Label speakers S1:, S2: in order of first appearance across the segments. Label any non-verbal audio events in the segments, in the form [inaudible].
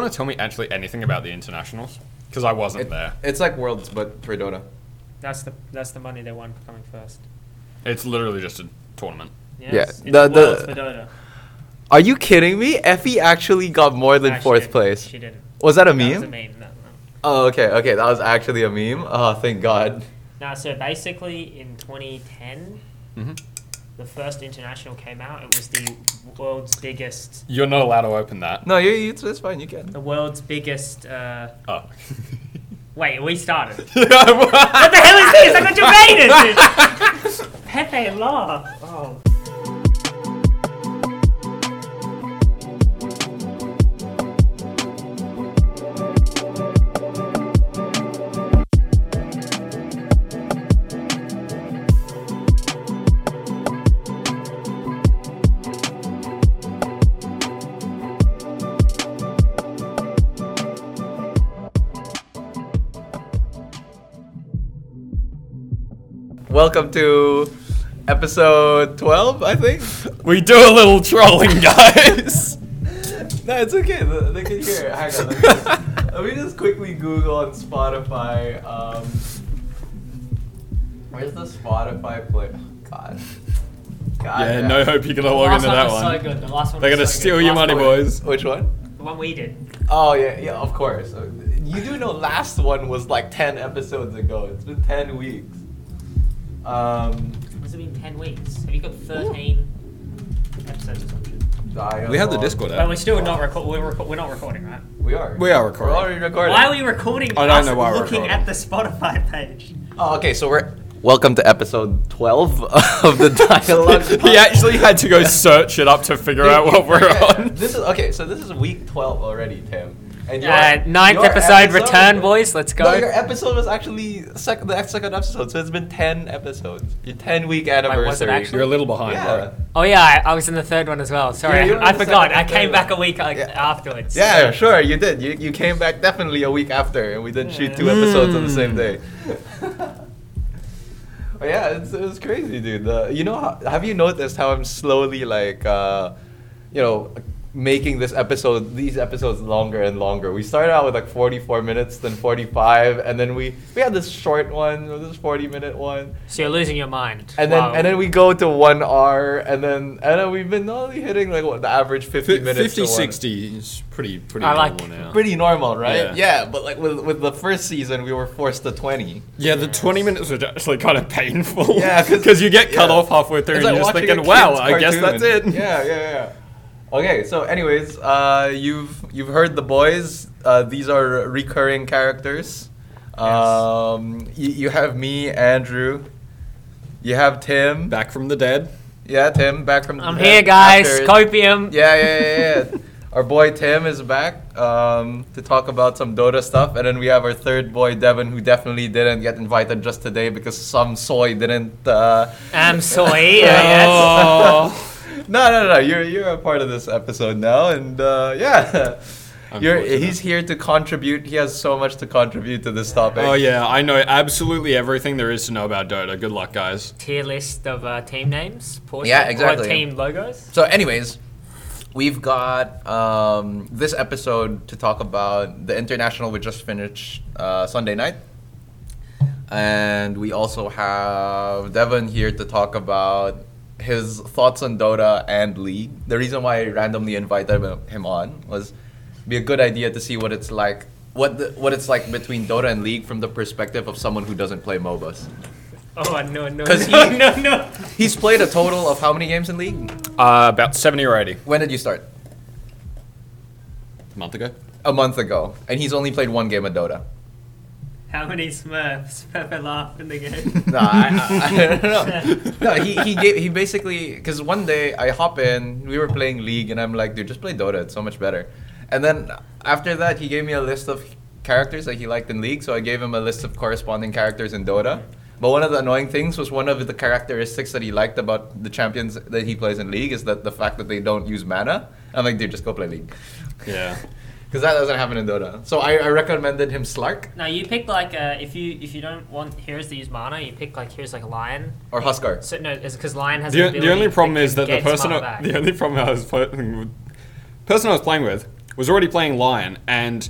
S1: want to tell me actually anything about the internationals? Because I wasn't
S2: It-
S1: there.
S2: It's like Worlds, but for Dota.
S3: That's the that's the money they won for coming first.
S1: It's literally just a tournament.
S3: Yeah.
S4: Yeah,
S3: It's, it's
S4: the- the-
S3: Worlds for Dota.
S4: Are you kidding me? Effie actually got more than
S3: Nah, she
S4: fourth
S3: didn't.
S4: place.
S3: She didn't.
S4: Was that a meme?
S3: That was a meme. No, no.
S4: Oh, okay, okay. That was actually a meme. Oh, thank God.
S3: Nah, so basically in 2010,
S1: Mm-hmm.
S3: the first international came out. It was the world's biggest,
S1: You're not allowed to open that.
S4: No, you, you, it's fine. You can.
S3: the world's biggest. Uh,
S1: Oh. [laughs]
S3: wait, we started.
S1: what
S3: What the hell is this? I got your
S4: [laughs]
S3: Raiders! Pepe Law. Oh.
S4: Welcome to episode 12, I [laughs] think.
S1: We do a little trolling, [laughs] guys.
S4: No, it's okay. th- They can hear it. Hang on. Let me [laughs] just, let me just quickly Google on Spotify. Um, where's the Spotify play? Oh, God. God.
S1: yeah,
S4: damn.
S1: no hope you're gonna log into that one.
S3: so good. The last one
S1: They're gonna steal your money, boys.
S4: Which one?
S3: The one we did.
S4: Oh yeah, yeah, of course. Uh, You do know last one was like ten episodes ago. It's been ten weeks. Um,
S3: Has it been 10 weeks? Have you got 13 episodes or something?
S1: We have the Discord
S3: But
S1: app.
S3: we're still [laughs] not reco- we're, reco- we're not recording, right?
S4: We are.
S1: We are recording.
S4: We're already recording.
S3: Why are we recording?
S1: I don't
S3: us
S1: know why we're
S3: looking
S1: recording.
S3: at the Spotify page.
S4: Oh, okay, so we're. Welcome to episode twelve [laughs] of the dialogue.
S1: [laughs] he actually had to
S3: [laughs]
S1: go search it up to figure out what we're
S4: Yeah, yeah.
S1: on.
S4: This is okay. So this is week twelve already, Tim. And
S3: Uh, ninth episode, return, boys, let's
S4: No,
S3: go.
S4: your episode was actually sec- the second episode, so it's been ten episodes. Your ten week anniversary.
S3: was it actually?
S1: You're a little behind,
S4: Yeah.
S1: bro.
S3: Oh yeah, I, I was in the third one as well.
S4: Yeah, you were in
S3: I
S4: the
S3: forgot.
S4: second
S3: I
S4: and
S3: came
S4: third
S3: back a
S4: one.
S3: week like,
S4: Yeah.
S3: afterwards.
S4: Yeah, sure, you did. You, you came back definitely a week after, and we didn't shoot two episodes on the same day. [laughs] But yeah, it's, it was crazy, dude. The, you know, how- have you noticed how I'm slowly like, uh, you know, making this episode, these episodes longer and longer. We started out with like 44 minutes, then 45, and then we we had this short one, this 40 minute one,
S3: So you're losing your mind.
S4: and then
S3: Wow.
S4: and then we go to one hour, and then and then we've been only hitting like what the average 50 minutes. to
S1: 50,
S4: one-
S1: 60 is pretty, pretty
S3: I like-
S1: normal now.
S4: pretty normal, right?
S1: Yeah.
S4: Yeah. but like with, with the first season, we were forced to 20.
S1: Yeah, the 20 minutes are actually kind of painful.
S4: Yeah,
S1: [laughs]
S4: 'cause-
S1: because you get cut
S4: yeah.
S1: off halfway through
S4: It's
S1: and
S4: like
S1: you're just
S4: watching a
S1: thinking,
S4: kid's
S1: wow, I guess that's it.
S4: cartoon. Yeah, yeah, yeah. Okay, so anyways, uh, you've you've heard the boys. Uh, these are recurring characters. Um, you, you have me, Andrew. You have Tim.
S1: Back from the
S4: [laughs]
S1: dead.
S4: Yeah, Tim, back from.
S3: I'm
S4: the-
S3: here, guys.
S4: after-
S3: Copium.
S4: Yeah, yeah, yeah. [laughs] yeah. our boy Tim is back um, to talk about some Dota stuff, and then we have our third boy Devin, who definitely didn't get invited just today because some soy didn't. Uh... [laughs]
S3: I'm sorry. I guess.
S1: Oh.
S4: No, no, no. You're you're a part of this episode now, and uh, yeah. [laughs]
S1: I'm
S4: You're,
S1: fortunate.
S4: he's here to contribute. He has so much to contribute to this topic.
S1: Oh yeah, I know absolutely everything there is to know about Dota. Good luck, guys.
S3: Tier list of uh, team names. Portion,
S4: Yeah, exactly.
S3: Or team logos.
S4: So, anyways, we've got um, this episode to talk about the international we just finished uh, Sunday night, and we also have Devin here to talk about his thoughts on Dota and League. The reason why I randomly invited him on was be a good idea to see what it's like. What, the, what it's like between Dota and League from the perspective of someone who doesn't play MOBAs.
S3: Oh no no
S4: [laughs] 'Cause
S3: [laughs] no
S4: he-
S3: no no.
S4: He's played a total of how many games in League?
S1: Uh, about 70 or 80
S4: When did you start?
S1: a month ago.
S4: a month ago, and he's only played one game of Dota.
S3: How many Smurfs Pepe laugh in the game?
S4: Nah, I, [laughs] I, I don't know. No, he he gave, he basically because one day I hop in, we were playing League, and I'm like, dude, just play Dota. It's so much better. And then after that, he gave me a list of characters that he liked in League, so I gave him a list of corresponding characters in Dota. But one of the annoying things was one of the characteristics that he liked about the champions that he plays in League is that the fact that they don't use mana. I'm like, dude, just go play League,
S1: Yeah.
S4: because that doesn't happen in Dota. So I, I recommended him Slark
S3: No, you pick like uh, if you if you don't want heroes to use mana, you pick like heroes like lion.
S4: or Huskar.
S3: So no, it's because lion has
S1: The,
S3: ability
S1: the only problem
S3: can
S1: is that the
S3: get its
S1: person
S3: mana
S1: I,
S3: back.
S1: the only problem I was playing with, person I was playing with was already playing Lion, and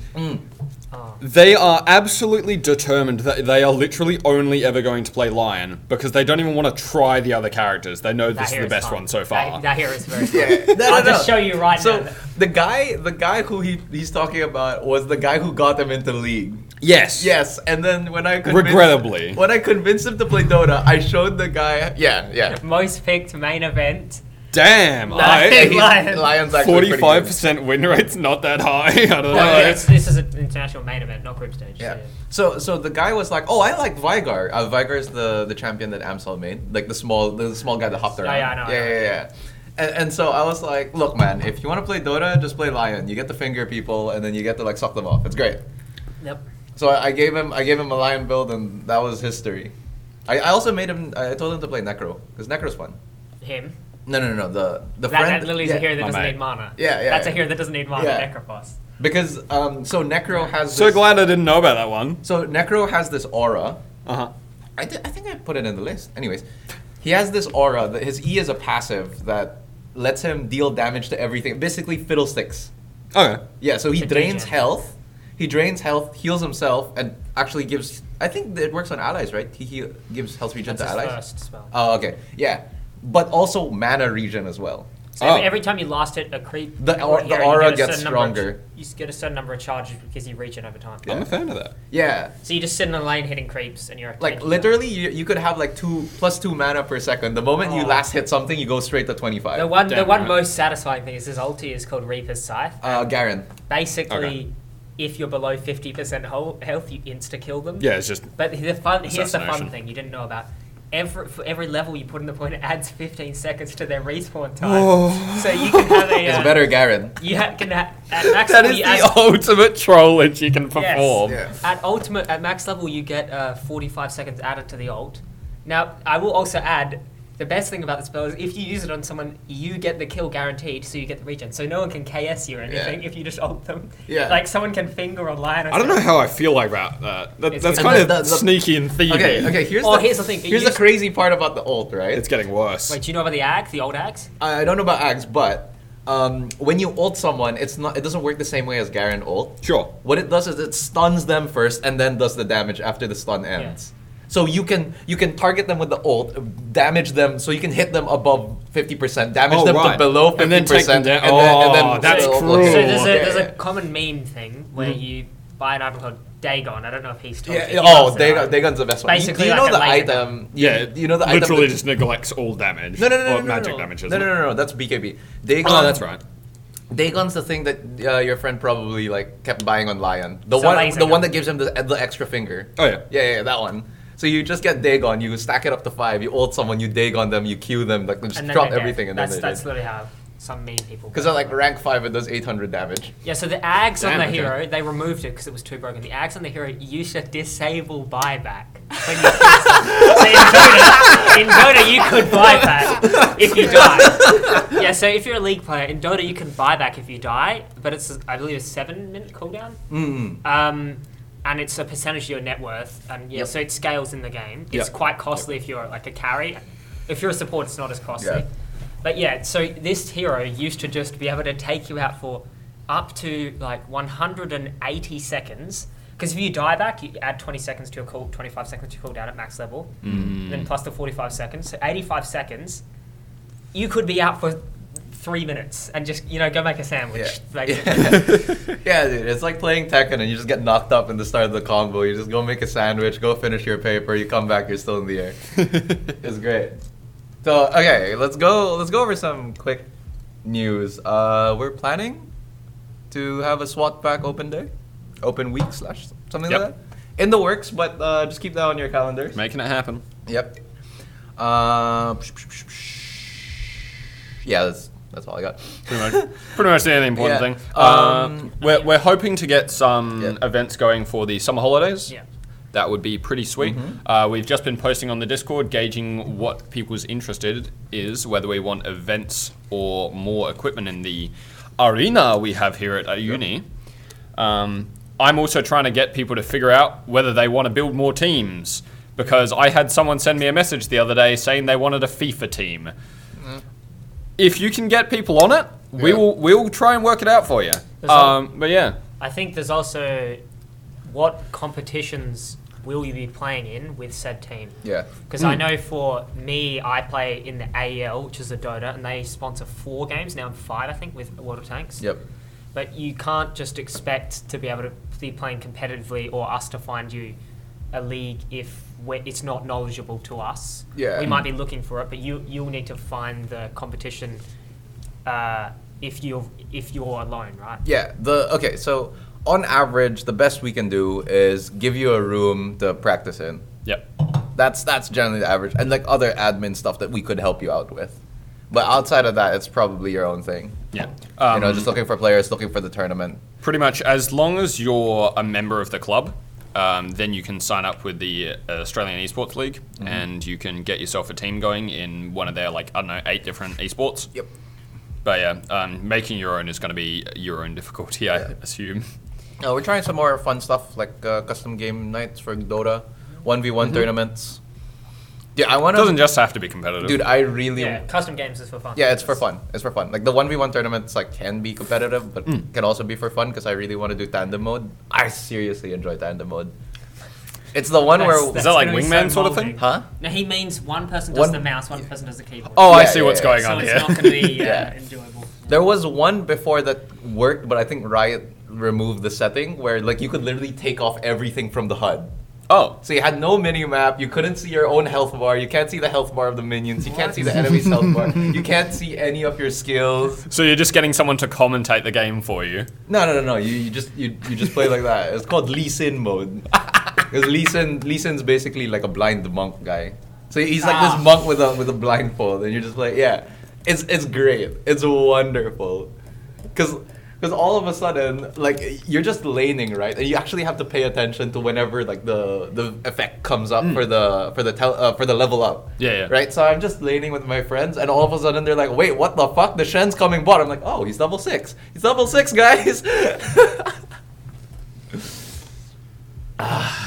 S3: Oh.
S1: they are absolutely determined that they are literally only ever going to play Lion because they don't even want to try the other characters. They know
S3: That
S1: this is
S3: hair
S1: the best
S3: fun.
S1: one so far.
S3: That, that hair is very fun.
S4: Yeah. [laughs] No,
S3: I'll
S4: no,
S3: just
S4: no.
S3: show you right
S4: So
S3: now.
S4: the guy, the guy who he, he's talking about was the guy who got him into league.
S1: yes.
S4: Yes, and then when I convinced,
S1: Regrettably.
S4: when I convinced him to play Dota, I showed the guy. Yeah, yeah.
S3: Most picked main event.
S1: Damn.
S4: And
S1: I,
S4: he's-
S3: Lion.
S4: Lion's actually pretty
S1: Forty-five
S4: good.
S1: percent win rate's not that high. [laughs] I don't know.
S3: No,
S4: yeah.
S3: it's, this is an international main event, not group stage.
S4: Yeah. So so the guy was like, "Oh, I like Vigar. Uh, Vigar is the the champion that Amsel made, like the small the small guy that hopped around."
S3: yeah, I know, I
S4: Yeah,
S3: know.
S4: yeah, yeah. And, and so I was like, "Look, man, if you want to play Dota, just play Lion. You get to finger people, and then you get to like suck them off. It's great."
S3: Yep.
S4: So I, I gave him I gave him a Lion build, and that was history. I, I also made him. I told him to play Necro because Necro's fun.
S3: Him.
S4: No, no, no. The the
S3: That,
S4: friend
S3: that Lily's
S4: yeah.
S3: a hero that
S1: My
S3: doesn't
S1: mate.
S3: need mana.
S4: Yeah, yeah,
S3: That's a
S4: yeah.
S3: hero that doesn't need mana.
S4: Yeah.
S3: Necrophos.
S4: because um so Necro has
S1: So
S4: this,
S1: glad I didn't know about that one.
S4: so Necro has this aura
S1: Uh huh.
S4: I, thi- I think I put it in the list. Anyways, he has this aura that his E is a passive that lets him deal damage to everything, basically fiddlesticks.
S1: Okay.
S4: Yeah, so he
S3: It's a
S4: drains
S3: DJ.
S4: health. He drains health, heals himself, and actually gives. I think that it works on allies, right? He, he gives health regen
S3: That's his
S4: to allies.
S3: first spell.
S4: Oh, okay. Yeah. But also mana regen as well.
S3: So every,
S1: Oh.
S3: every time you last hit a creep,
S4: The
S3: or
S4: aura- the
S3: hero, you
S4: aura
S3: get a
S4: gets
S3: certain number of ch-
S4: stronger.
S3: you s- get a certain number of charges because you reach it over time.
S1: I'm a fan of that.
S4: Yeah.
S3: So you just sit in a lane hitting creeps, and you're
S4: Like literally, you, you could have like two plus two mana per second. The moment you
S3: Oh.
S4: last hit something, you go straight to twenty five.
S3: The one, the
S1: Damn
S3: one
S1: right.
S3: most satisfying thing is his ulti is called Reaper's Scythe.
S4: uh, Garen.
S3: Basically,
S1: Okay.
S3: if you're below fifty percent health, you insta kill them.
S1: Yeah, it's just
S3: But the fun here's the fun
S1: Assassination.
S3: thing you didn't know about. Every for every level you put in the point, it adds fifteen seconds to their respawn time. So you can have a.
S4: Oh. [laughs] It's
S3: uh,
S4: better Garen.
S3: You ha- can ha- at max
S1: that
S3: level
S1: is
S3: you
S1: the
S3: add-
S1: ultimate troll that you can perform.
S4: Yeah.
S3: At ultimate, at max level, you get uh, 45 seconds added to the ult. Now, I will also add the best thing about the spell is if you use it on someone, you get the kill guaranteed, so you get the regen. So no one can KS you or anything if you just ult them.
S4: Yeah.
S3: Like someone can finger or line. Or
S1: I don't know
S3: something.
S1: how I feel like about that. that
S3: It's
S1: that's
S3: good.
S1: kind of
S4: And the- the- the-
S1: sneaky and thievy.
S4: Okay, okay. Here's
S3: Oh,
S4: the
S3: here's the thing, it
S4: Here's the
S3: used-
S4: crazy part about the ult, right?
S1: It's getting worse.
S3: Wait, do you know about the axe, the old axe?
S4: I I don't know about Axe, but um, when you ult someone, it's not. It doesn't work the same way as Garen ult.
S1: sure.
S4: What it does is it stuns them first, and then does the damage after the stun ends. So you can you can target them with the ult, damage them, so you can hit them above fifty percent, damage
S1: Oh,
S4: them
S1: right.
S4: to below fifty
S1: And then take them
S4: percent,
S1: down. Oh, that's Mm-hmm.
S3: So
S1: Ooh, cruel.
S3: there's a,
S1: yeah,
S3: there's a common meme thing where you buy an item called Dagon. I don't know if he's talking.
S4: Yeah, oh, Dagon, Dagon's the best one. You-
S3: Basically
S4: you,
S3: like
S4: know
S3: a
S4: the
S3: laser
S4: item. you-
S1: Yeah,
S4: you know the item
S1: literally
S4: that-
S1: just neglects all damage.
S4: No, no, no,
S1: or
S4: no, no,
S1: magic
S4: no.
S1: damage.
S4: No,
S1: isn't
S4: no,
S1: it?
S4: no, no. That's BKB. Dagon.
S1: Oh, that's right. [laughs]
S4: Dagon's the thing that uh, your friend probably like kept buying on Lion. The
S3: So
S4: one,
S3: Lion's
S4: the
S3: like
S4: one
S3: a-
S4: that gives him the, the extra finger.
S1: Oh, yeah.
S4: yeah, yeah, that one. So you just get Dagon, you stack it up to five, you ult someone, you Dagon them, you Q them, like just
S3: And then
S4: drop
S3: they're dead.
S4: everything, and
S3: that's,
S4: then
S3: that's
S4: they
S3: literally how some meme people.
S4: because
S3: go.
S4: they're like rank five, it does 800 damage.
S3: Yeah, so the ags on
S1: Damn,
S3: the
S1: okay.
S3: hero, they removed it because it was too broken. The ags on the hero used to disable buyback. When you kill someone. so in Dota, in Dota, you could buyback if you die. Yeah, so if you're a league player, in Dota, you can buyback if you die, but it's, I believe, a seven minute cooldown.
S1: Mm-hmm.
S3: Mm. Um, and it's a percentage of your net worth, and yeah,
S4: Yep.
S3: so it scales in the game. It's
S1: Yep.
S3: quite costly if you're like a carry. If you're a support, it's not as costly.
S4: Yeah.
S3: But yeah, so this hero used to just be able to take you out for up to like 180 seconds. Because if you die back, you add 20 seconds to your cool, 25 seconds to your cooldown at max level,
S4: Mm.
S3: and then plus the 45 seconds, so 85 seconds. You could be out for three minutes and just you know go make a sandwich.
S4: Yeah. [laughs]
S3: Like,
S4: yeah, dude, it's like playing Tekken, and you just get knocked up in the start of the combo. You just go make a sandwich, go finish your paper, you come back, you're still in the air. It's great. So okay, let's go. Let's go over some quick news. Uh, we're planning to have a SWAT pack open day, open week slash something
S1: Yep.
S4: like that. In the works, but uh, just keep that on your calendars.
S1: Making it happen.
S4: Yep. Uh, yeah, that's that's all I got.
S1: Pretty much, pretty much the only important
S4: Yeah.
S1: thing. Uh,
S4: Um,
S1: we're, we're hoping to get some
S4: Yeah.
S1: events going for the summer holidays.
S3: yeah.
S1: That would be pretty sweet.
S4: Mm-hmm.
S1: Uh, we've just been posting on the Discord, gauging what people's interested is, whether we want events or more equipment in the arena we have here at our uni. Um, I'm also trying to get people to figure out whether they want to build more teams because I had someone send me a message the other day saying they wanted a FIFA team. if you can get people on it, we
S4: Yeah.
S1: will we will try and work it out for you.
S3: There's
S1: Um, but yeah,
S3: I think there's also what competitions will you be playing in with said team?
S4: Yeah.
S3: Because I know for me, I play in the AEL, which is the Dota, and they sponsor four games now, five I think, with World of Tanks.
S4: [laughs] Yep.
S3: But you can't just expect to be able to be playing competitively or us to find you a league if we're, it's not knowledgeable to us.
S4: Yeah.
S3: We might be looking for it, but you you'll need to find the competition uh, if you if you're alone, right?
S4: Yeah. The okay. So on average, the best we can do is give you a room to practice in.
S1: yep.
S4: That's that's generally the average, and like other admin stuff that we could help you out with. But outside of that, it's probably your own thing.
S1: Yeah.
S4: you
S1: Um,
S4: know, just looking for players, looking for the tournament.
S1: pretty much as long as you're a member of the club, um, then you can sign up with the uh, Australian Esports League and you can get yourself a team going in one of their, like, I don't know, eight different esports.
S4: Yep.
S1: But yeah, um, making your own is going to be your own difficulty, I assume.
S4: Uh, we're trying some more fun stuff like uh, custom game nights for Dota, one v one tournaments. Yeah, I
S1: It
S4: want
S1: Mm-hmm. doesn't
S4: to.
S1: just have to be competitive.
S4: Dude, I really.
S3: Yeah, custom games is for fun.
S4: Yeah, it's for fun. It's for fun. Like the one v one tournaments, like can be competitive, but
S1: Mm.
S4: can also be for fun because I really want to do tandem mode. I seriously enjoy tandem mode. It's the one
S3: That's-
S4: where.
S1: is
S3: that's
S1: that like
S3: gonna be
S1: wingman
S3: so
S1: sort of
S3: molding.
S1: thing?
S4: huh?
S3: No, he means one person does
S4: One-
S3: the mouse, one person does the keyboard.
S1: Oh, I
S4: Yeah,
S1: see
S4: yeah,
S1: what's
S4: yeah.
S1: going
S3: so
S1: on
S3: it's
S1: here.
S3: not going to be uh,
S4: Yeah.
S3: enjoyable.
S4: There was one before that worked, but I think Riot removed the setting where like you could literally take off everything from the HUD.
S1: oh,
S4: So you had no mini map. You couldn't see your own health bar. You can't see the health bar of the minions. You can't see the enemy's health bar. You can't see any of your skills.
S1: [laughs] so you're just getting someone to commentate the game for you.
S4: No, no, no, no. You, you just you, you just play like that. It's called Lee Sin mode. [laughs] Because Lee Sin Lee Sin's basically like a blind monk guy. So he's like
S3: Ah.
S4: this monk with a with a blindfold, and you're just like, yeah, it's it's great. It's wonderful. Because. Because all of a sudden, like you're just laning, right? And you actually have to pay attention to whenever like the the effect comes up for the for the tel- uh, for the level up.
S1: Yeah, yeah.
S4: Right. So I'm just laning with my friends, and all of a sudden they're like, "Wait, what the fuck? The Shen's coming bot." I'm like, "Oh, he's level six. He's level six,
S1: [laughs]
S4: guys."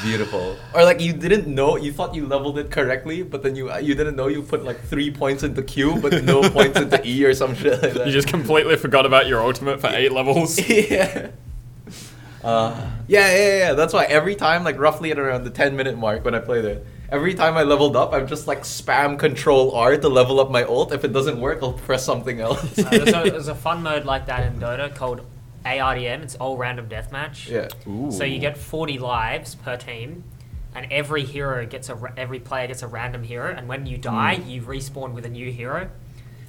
S4: Beautiful. Or like you didn't know, you thought you leveled it correctly, but then you you didn't know you put like three points into Q, but no points into E or some shit like that.
S1: You just completely forgot about your ultimate for eight [laughs] levels.
S4: [laughs] yeah. Uh, yeah, yeah, yeah. That's why every time, like roughly at around the 10 minute mark when I played it, every time I leveled up, I'm just like spam control R to level up my ult. If it doesn't work, I'll press something
S3: [laughs]
S4: else.
S3: Uh,
S4: [laughs]
S3: there's, a, there's a fun mode like that in Dota called ARDM. It's all random deathmatch.
S4: yeah.
S3: So you get 40 lives per team, and every hero gets a ra- every player gets a random hero, and when you die, you respawn with a new hero.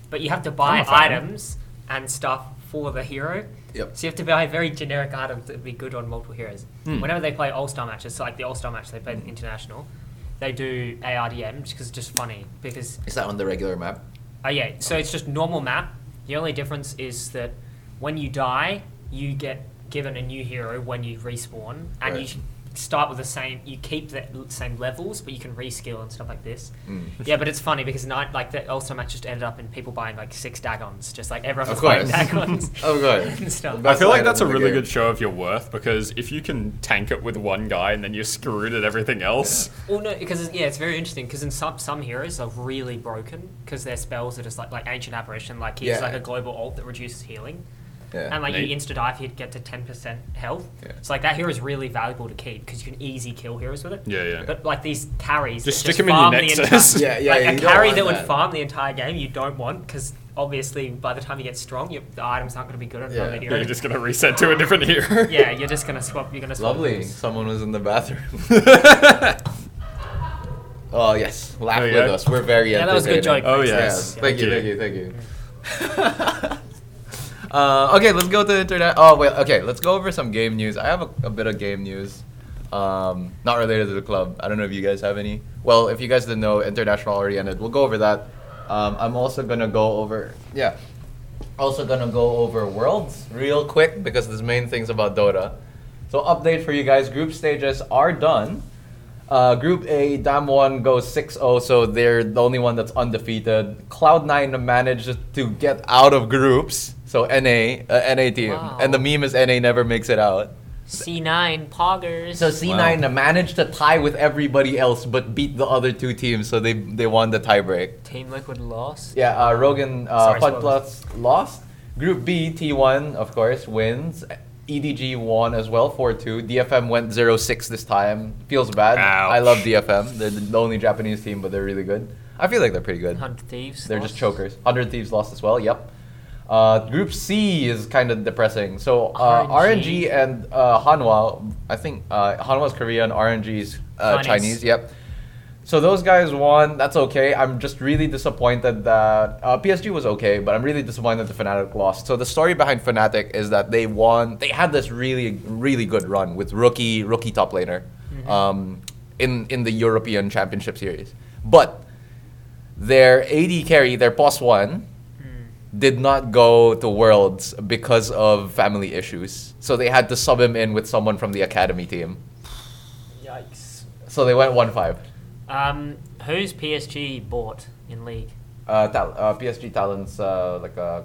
S3: But you have to
S1: I'm
S3: buy
S1: a fan.
S3: items and stuff for the hero.
S4: Yep.
S3: So you have to buy very generic items that would be good on multiple heroes. Whenever they play All Star matches, so like the All Star match they play the international, they do ARDM because it's just funny because
S4: Is that on the regular map?
S3: Oh yeah, so it's just normal map. The only difference is that when you die, you get given a new hero when you respawn, and
S4: Right.
S3: you start with the same. You keep the l- same levels, but you can reskill and stuff like this.
S4: Hmm.
S3: Yeah, but it's funny because night like the Ulster match just ended up in people buying like six dagons, just like everyone
S4: Of
S3: was buying
S4: course. [laughs]
S3: dagons. [laughs]
S4: Oh,
S3: And
S4: God.
S3: stuff.
S1: I
S4: Best
S1: feel like
S4: item
S1: that's a
S4: in the
S1: really
S4: game.
S1: good show of your worth because if you can tank it with one guy and then you're screwed at everything else.
S3: Well, no, because yeah, it's very interesting. Because in some some heroes are really broken because their spells are just like like ancient apparition. Like he's
S4: Yeah.
S3: like a global alt that reduces healing.
S4: Yeah.
S3: And like
S1: Neat.
S3: you insta die if you get to ten percent health.
S4: Yeah.
S3: So like that hero is really valuable to keep because you can easy kill heroes with it.
S1: Yeah, yeah.
S3: But like these carries,
S1: Just
S3: that
S1: stick 'em in your
S3: farm the
S1: nexus.
S4: Yeah, yeah,
S3: like
S4: yeah,
S3: a
S4: you don't
S3: carry
S4: want
S3: that, would
S4: that.
S3: farm the entire game, you don't want because obviously by the time you get strong, your, the items aren't going to be good on
S4: Yeah.
S3: another
S1: Yeah,
S3: hero.
S1: you're just gonna reset to a different hero.
S3: yeah,
S1: [laughs]
S3: you're just gonna swap. You're gonna swap.
S4: Lovely.
S3: moves.
S4: Someone was in the bathroom. oh, yes. Laugh
S1: There
S4: with
S1: you go.
S4: us. We're very
S3: Yeah, that was a good
S4: entertaining.
S3: joke.
S1: Oh yes.
S4: Yes.
S3: Thanks, Yeah.
S4: Thank you, thank you, thank you.
S3: [laughs]
S4: uh, okay, let's go to internet. Oh wait, okay, let's go over some game news. I have a, a bit of game news, um, not related to the club. I don't know if you guys have any. Well, if you guys didn't know, international already ended. We'll go over that. Um, I'm also gonna go over. Yeah, also gonna go over worlds real quick because this main thing's about Dota. So update for you guys: group stages are done. Uh, group A, Dam One goes 6-0, so they're the only one that's undefeated. Cloud9 managed to get out of groups, so NA, uh, NA team,
S3: Wow.
S4: and the meme is NA never makes it out.
S3: C9 poggers.
S4: So C9 managed to tie with everybody else but beat the other two teams, so they they won the tiebreak.
S3: Team Liquid lost.
S4: Yeah, uh, Rogan uh,
S3: Sorry,
S4: Fun
S3: spoilers.
S4: Plus lost. Group B, T1, of course, wins. EDG won as well, 4 2. DFM went 0 6 this time. Feels bad. I love DFM. They're the only Japanese team, but they're really good. I feel like they're pretty good.
S3: Hundred Thieves.
S4: They're just
S3: lost.
S4: chokers. 100 Thieves lost as well, yep. Uh, group C is kind of depressing. So uh,
S3: RNG.
S4: RNG and uh, Hanwha, I think uh, Hanwha's Korean, RNG's uh,
S3: Chinese.
S4: Chinese, yep. So those guys won. That's okay. I'm just really disappointed that uh, PSG was okay, but I'm really disappointed that Fnatic lost. So the story behind Fnatic is that they won. They had this really, really good run with rookie, rookie top laner, um, in in the European Championship Series. But their AD carry, their POS one, did not go to Worlds because of family issues. So they had to sub him in with someone from the academy team.
S3: Yikes.
S4: So they went one five.
S3: Um, who's PSG bought in league?
S4: uh, Tal- uh, PSG talents uh, like uh,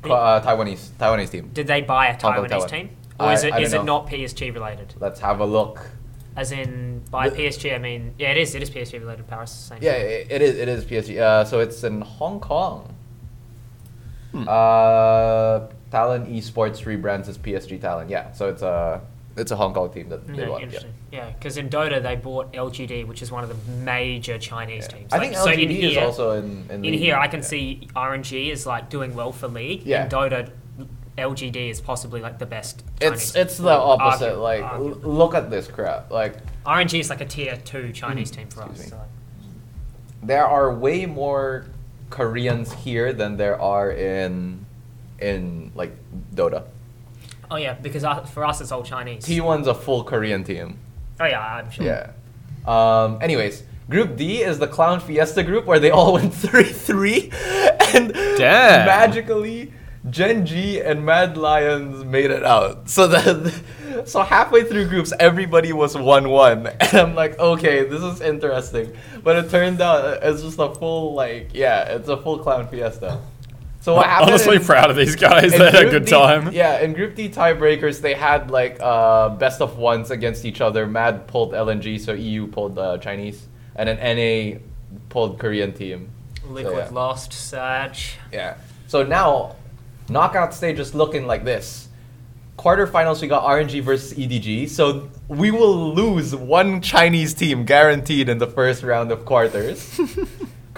S3: They-
S4: Qu- uh, Taiwanese Taiwanese team.
S3: Did they buy a
S4: Hong Kong,
S3: Taiwanese
S4: Taiwan.
S3: team, or
S4: I-
S3: is it
S4: I
S3: is
S4: don't
S3: it
S4: know.
S3: not PSG related?
S4: Let's have a look.
S3: As in by
S4: The-
S3: PSG, I mean yeah, it is it is PSG related. Paris is the same.
S4: Yeah,
S3: thing.
S4: i it is. It is PSG. Uh, so it's in Hong Kong.
S3: Hmm.
S4: Uh, Talent Esports rebrands as PSG Talent. Yeah, so it's a it's a Hong Kong team that they
S3: Yeah,
S4: bought. Yeah.
S3: interesting. Yeah, because in Dota they bought LGD, which is one of the major Chinese
S4: Yeah.
S3: teams.
S4: I
S3: Like,
S4: think
S3: so in
S4: LGD is
S3: here-
S4: also in in,
S3: in
S4: the- E
S3: here, I can
S4: yeah.
S3: see RNG is like doing well for League.
S4: Yeah.
S3: In Dota, LGD is possibly like the best.
S4: It's
S3: Chinese
S4: it's the
S3: Well,
S4: opposite.
S3: argu-
S4: like,
S3: argu-
S4: l- look at this crap. Like,
S3: RNG is like a tier two Chinese team for us.
S4: Hmm. excuse me.
S3: so, like,
S4: there are way more Koreans here than there are in in like Dota.
S3: oh yeah, because uh, for us it's all Chinese.
S4: T1's a full Korean team.
S3: oh yeah, I'm sure.
S4: Yeah. Um, anyways, Group D is the Clown Fiesta group where they all [laughs] went 3 3. And
S1: Damn.
S4: magically, Gen G and Mad Lions made it out. So that, [laughs] so halfway through groups, everybody was 1 1. [laughs] And I'm like, okay, this is interesting. But it turned out it's just a full, like, yeah, it's a full Clown Fiesta. So what happened?
S1: Honestly,
S4: in-
S1: proud of these [laughs] guys.
S4: in
S1: They had a
S4: Group
S1: good
S4: D-
S1: time.
S4: Yeah, in Group D tiebreakers, they had like uh, best of ones against each other. Mad pulled LNG, so EU pulled uh, Chinese, and an NA pulled Korean team.
S3: Liquid
S4: So, Oh, yeah.
S3: lost Surge.
S4: Yeah. So now, knockout stage is looking like this. Quarterfinals, we got RNG versus EDG. So we will lose one Chinese team guaranteed in the first round of quarters.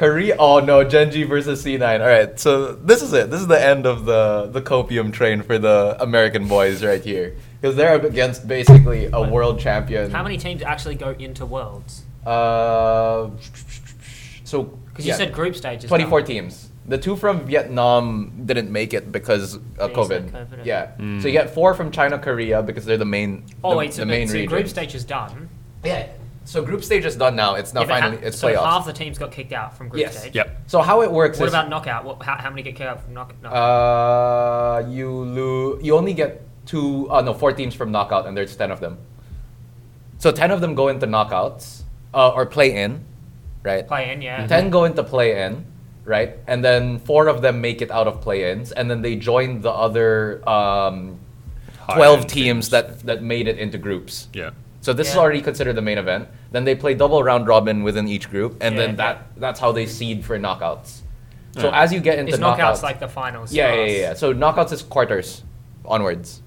S4: Korea. Oh no, Genji versus C9. All right. So this is it. This is the end of the the copium train for the American boys right here because they're up against basically a world champion.
S3: How many teams actually go into Worlds?
S4: Uh. So
S3: Because
S4: yeah.
S3: you said group stages.
S4: 24
S3: no?
S4: teams. The two from Vietnam didn't make it because of
S3: They
S4: COVID.
S3: said COVID,
S4: Yeah. So you get four from China, Korea because they're the main.
S3: Oh
S4: the,
S3: wait, so,
S4: the
S3: the-
S4: main
S3: so
S4: region.
S3: group stage is done.
S4: Yeah. So group stage is done now. It's now
S3: Yeah, but
S4: finally
S3: ha-
S4: it's
S3: so
S4: playoffs.
S3: half the teams got kicked out from group
S4: Yes.
S3: stage.
S1: Yep.
S4: so how it works
S3: What
S4: is
S3: about knockout? What, how, how many get kicked out from knock- knockout?
S4: uh, you lose. You only get two. Oh no, four teams from knockout, and there's ten of them. So ten of them go into knockouts uh, or play in, right?
S3: Play in,
S1: Mm-hmm.
S3: yeah.
S4: 10 go into play in, right? And then four of them make it out of play ins, and then they join the other um,
S1: High
S4: 12
S1: end
S4: teams,
S1: teams.
S4: That, that made it into groups.
S1: Yeah.
S4: So this is
S3: Yeah.
S4: already considered the main event. Then they play double round robin within each group, and
S3: Yeah,
S4: then
S3: yeah.
S4: that that's how they seed for knockouts. So
S1: Yeah.
S4: as you get into
S3: Is knockouts,
S4: knockouts,
S3: like the finals?
S4: yeah,
S3: for
S4: yeah,
S3: us?
S4: yeah, yeah. So knockouts is quarters onwards.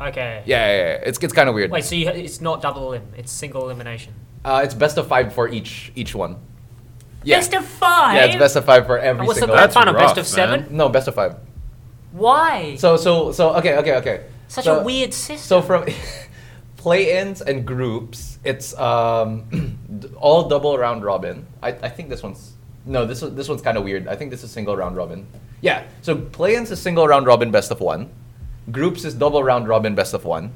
S3: Okay.
S4: Yeah, yeah, yeah. It's it's kind of weird.
S3: Wait, so you, it's not double elim, it's single elimination.
S4: Uh, it's best of five for each each one. Yeah,
S3: Best of five.
S4: yeah. It's best of five for every
S3: And what's the
S4: single.
S1: That's
S3: grand final? best
S1: rough,
S3: of seven.
S1: man.
S4: no, best of five.
S3: Why?
S4: So so so okay okay okay.
S3: Such
S4: So-
S3: a weird system.
S4: So from [laughs] play-ins and groups, it's um [clears throat] d- all double round robin. I, I think this one's no this one- this one's kind of weird. I think this is single round robin. Yeah. So play-ins is single round robin best of one. Groups is double round robin best of one.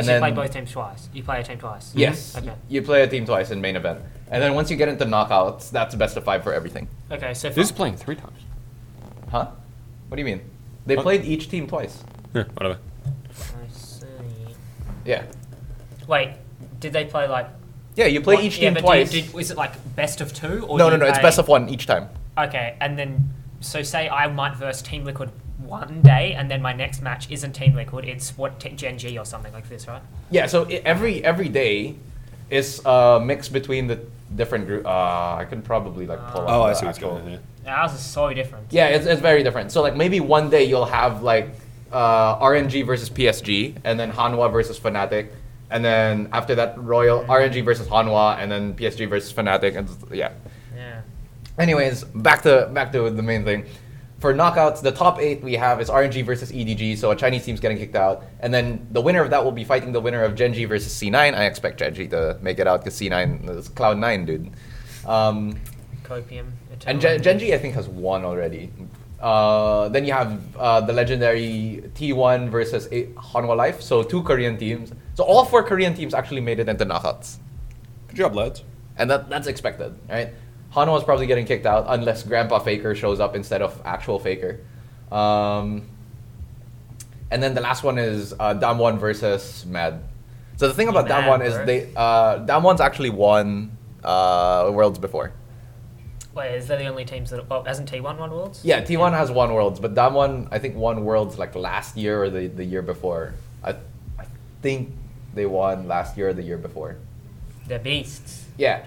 S3: So you play both teams twice. You play a team twice.
S4: Yes.
S3: Okay.
S4: You play a team twice in main event, and then once you get into knockouts, that's best of five for everything.
S3: Okay. So
S1: This is
S3: for,
S1: playing three times.
S4: Huh? What do you mean? They
S1: Huh?
S4: played each team twice.
S1: Yeah, whatever.
S3: I see.
S4: Yeah.
S3: Wait, did they play like?
S4: Yeah, you play
S3: what-
S4: each team
S3: yeah, but do you-
S4: twice.
S3: did- is it like best of two or
S4: no, no,
S3: do you
S4: no. It's
S3: play-
S4: best of one each time.
S3: Okay, and then so say I might verse Team Liquid one day, and then my next match isn't Team Liquid. It's what T- Gen G or something like this, right?
S4: Yeah, so i every every day is a mix between the different group. Uh, I can probably like pull up.
S1: Oh, I
S4: the
S1: see what's
S4: actual-
S1: going on here.
S3: Ours is so different.
S4: Yeah, it's, it's very different. So like maybe one day you'll have like uh, RNG versus PSG, and then Hanwha versus Fnatic, and then after that Royal RNG versus Hanwha, and then PSG versus Fnatic, and yeah.
S3: Yeah.
S4: Anyways, back to back to the main thing. For knockouts, the top eight we have is RNG versus EDG, so a Chinese team's getting kicked out, and then the winner of that will be fighting the winner of Genji versus C9. I expect Genji to make it out because C9 is Cloud Nine, dude. Um,
S3: Copium.
S4: and
S3: Eternal.
S4: Gen- Genji, I think, has one already. Uh, then you have uh, the legendary T1 versus A- Hanwha Life, so two Korean teams. So all four Korean teams actually made it into knockouts,
S1: Good job, lads.
S4: and that that's expected, right? Hanwha's probably getting kicked out unless Grandpa Faker shows up instead of actual Faker. Um, and then the last one is uh, Damwon versus Mad. So the thing about
S3: Mad
S4: Damwon is
S3: versus-
S4: they uh, Damwon's actually won uh, Worlds before.
S3: Wait, is that the only teams that? Oh, hasn't T1 won Worlds?
S4: Yeah, T1 has one Worlds, but that one, I think won Worlds like last year or the, the year before. I, I think they won last year or the year before.
S3: They're beasts.
S4: Yeah.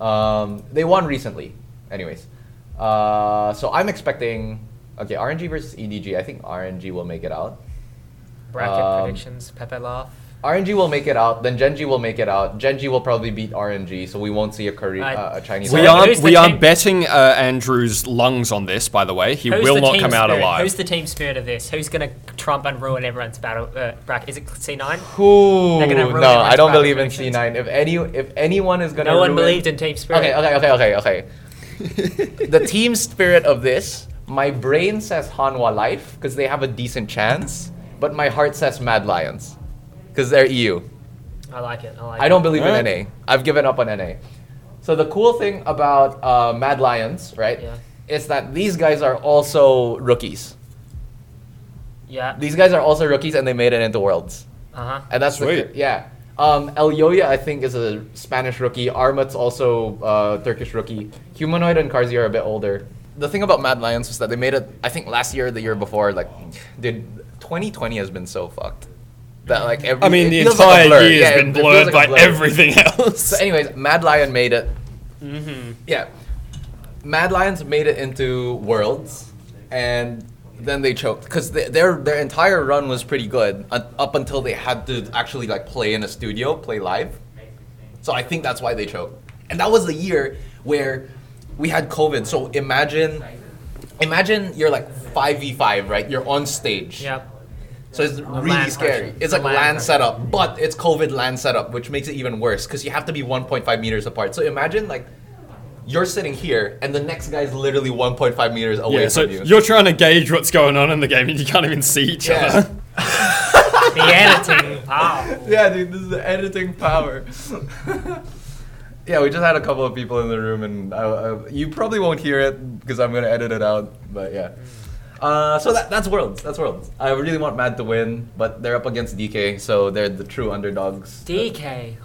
S4: Um, they won recently. Anyways. Uh, so I'm expecting. Okay, RNG versus EDG. I think RNG will make it out.
S3: Bracket
S4: Um,
S3: predictions. Pepe laugh.
S4: RNG will make it out, then Genji will make it out. Genji will probably beat RNG, so we won't see a Korean,
S3: I-
S4: uh, a Chinese.
S3: So
S1: we
S4: player.
S1: are
S3: who's the
S1: we are
S3: team-
S1: betting uh, Andrew's lungs on this. By the way, he
S3: Who's
S1: will
S3: the
S1: not
S3: team
S1: come out
S3: spirit?
S1: alive.
S3: Who's the team spirit of this? Who's gonna trump and ruin everyone's battle uh, bracket? Is it C9?
S4: Ooh,
S3: They're gonna ruin
S4: no,
S3: everyone's
S4: I don't
S3: battle
S4: believe in
S3: predictions.
S4: C9. If any, if anyone is gonna,
S3: No one
S4: ruin-
S3: believed in team spirit.
S4: Okay, okay, okay, okay, okay. the team spirit of this, my brain says Hanwha Life because they have a decent chance, but my heart says Mad Lions because they're EU.
S3: I like it. I like
S4: I don't believe in
S1: Alright.
S4: NA. I've given up on NA. So the cool thing about uh, Mad Lions, right,
S3: Yeah.
S4: is that these guys are also rookies.
S3: it. Yeah.
S4: These guys are also rookies, and they made it into Worlds. [laughs]
S3: Uh huh.
S4: And that's
S1: Sweet.
S4: The, yeah. Um, El Yoya, I think, is a Spanish rookie. Armut's also uh, Turkish rookie. Humanoid and Karzi are a bit older. The thing about Mad Lions was that they made it, I think, last year or the year before. Like, dude, 2020 has been so fucked. That, like, every,
S1: I mean,
S4: it
S1: the
S4: feels like a
S1: entire
S4: blur.
S1: year has
S4: Yeah, it-
S1: been
S4: it feels
S1: blurred
S4: like a
S1: by
S4: blur.
S1: everything else.
S4: So, anyways, Mad Lion made it.
S3: Mm-hmm.
S4: Yeah. Mad Lions made it into Worlds, and then they choked because their their entire run was pretty good un- up until they had to actually like play in a studio, play live. So I think that's why they choked. And that was the year where we had COVID. So imagine, imagine you're like five v five, right? You're on stage.
S3: Yep.
S4: So it's really
S3: LAN
S4: scary.
S3: version.
S4: It's
S3: The
S4: like
S3: LAN
S4: land,
S3: version.
S4: setup, but it's COVID land setup, which makes it even worse because you have to be 1.5 meters apart. So imagine like you're sitting here and the next guy's literally 1.5 meters away
S1: [laughs] yeah, so
S4: from you.
S1: you're trying to gauge what's going on in the game, and you can't even see each
S4: Yeah.
S1: [laughs] other.
S3: The Oh, editing. Wow.
S4: yeah, dude, this is the editing power. [laughs] yeah, we just had a couple of people in the room, and I, I, you probably won't hear it because I'm gonna edit it out. But yeah, uh, so that, that's worlds. That's worlds. I really want Mad to win, but they're up against DK, so they're the true underdogs.
S3: DK.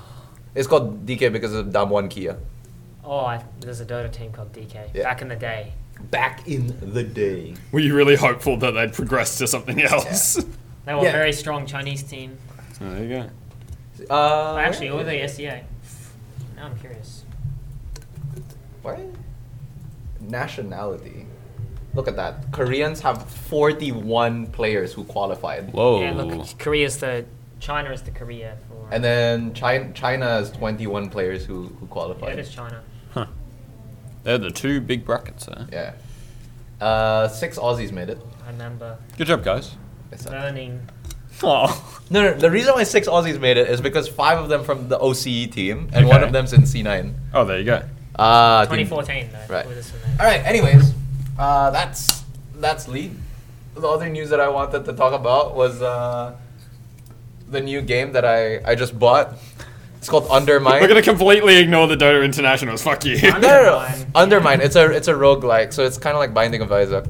S4: It's called DK because of Damwon Kia.
S3: Oh, I, there's a Dota team called DK.
S4: Yeah.
S3: Back in the day.
S4: Back in the day.
S1: Were you really hopeful that they'd progress to something [laughs] else?
S3: They were
S4: Yeah.
S3: a very strong Chinese team.
S1: Oh, there you go.
S4: Uh,
S3: Actually, were they SEA? E Now I'm curious.
S4: What? Nationality. Look at that. Koreans have 41 players who qualified.
S1: Whoa.
S3: Yeah, look, Korea's the China is the Korea for.
S4: And then China, China has 21 players who, who
S3: yeah, it
S4: qualified.
S3: is China.
S1: They're the two big brackets there.
S4: Yeah. Uh, six Aussies made it.
S3: I remember
S1: Good job, guys.
S4: It's not-
S3: learning.
S1: Oh,
S4: No, no, the reason why six Aussies made it is because five of them from the OCE team and one
S1: Okay.
S4: of them's in C9.
S1: oh, there you go.
S4: Uh, team-
S3: 2014 though.
S4: Right.
S3: was this one
S4: All
S3: there.
S4: right. Anyways, uh, that's that's lead. The other news that I wanted to talk about was uh, the new game that I, I just bought. It's called Undermine.
S1: We're gonna completely ignore the Dota Internationals. Fuck you.
S4: no, no, no.
S3: Undermine.
S4: Undermine. It's a it's a roguelike, so it's kind of like Binding of Isaac.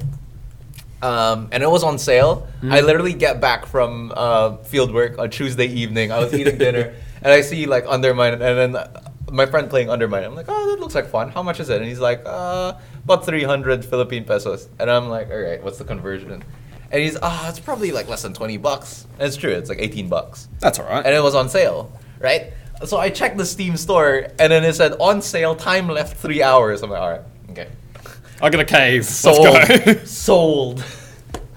S4: Um, and it was on sale. I literally get back from uh, field work on Tuesday evening. I was eating dinner, and I see like Undermine, and then uh, my friend playing Undermine. I'm like, oh, that looks like fun. How much is it? And he's like, uh, about 300 Philippine pesos. And I'm like, all right, what's the conversion? And he's, ah, it's probably like less than 20 bucks. And it's true, it's like 18 bucks.
S1: [laughs] That's all right.
S4: And it was on sale, right? So I checked the Steam store and then it said on sale, time left three hours. I'm like, all right, okay.
S1: I got a cave. Let's [laughs] go.
S4: Sold. Sold. [laughs]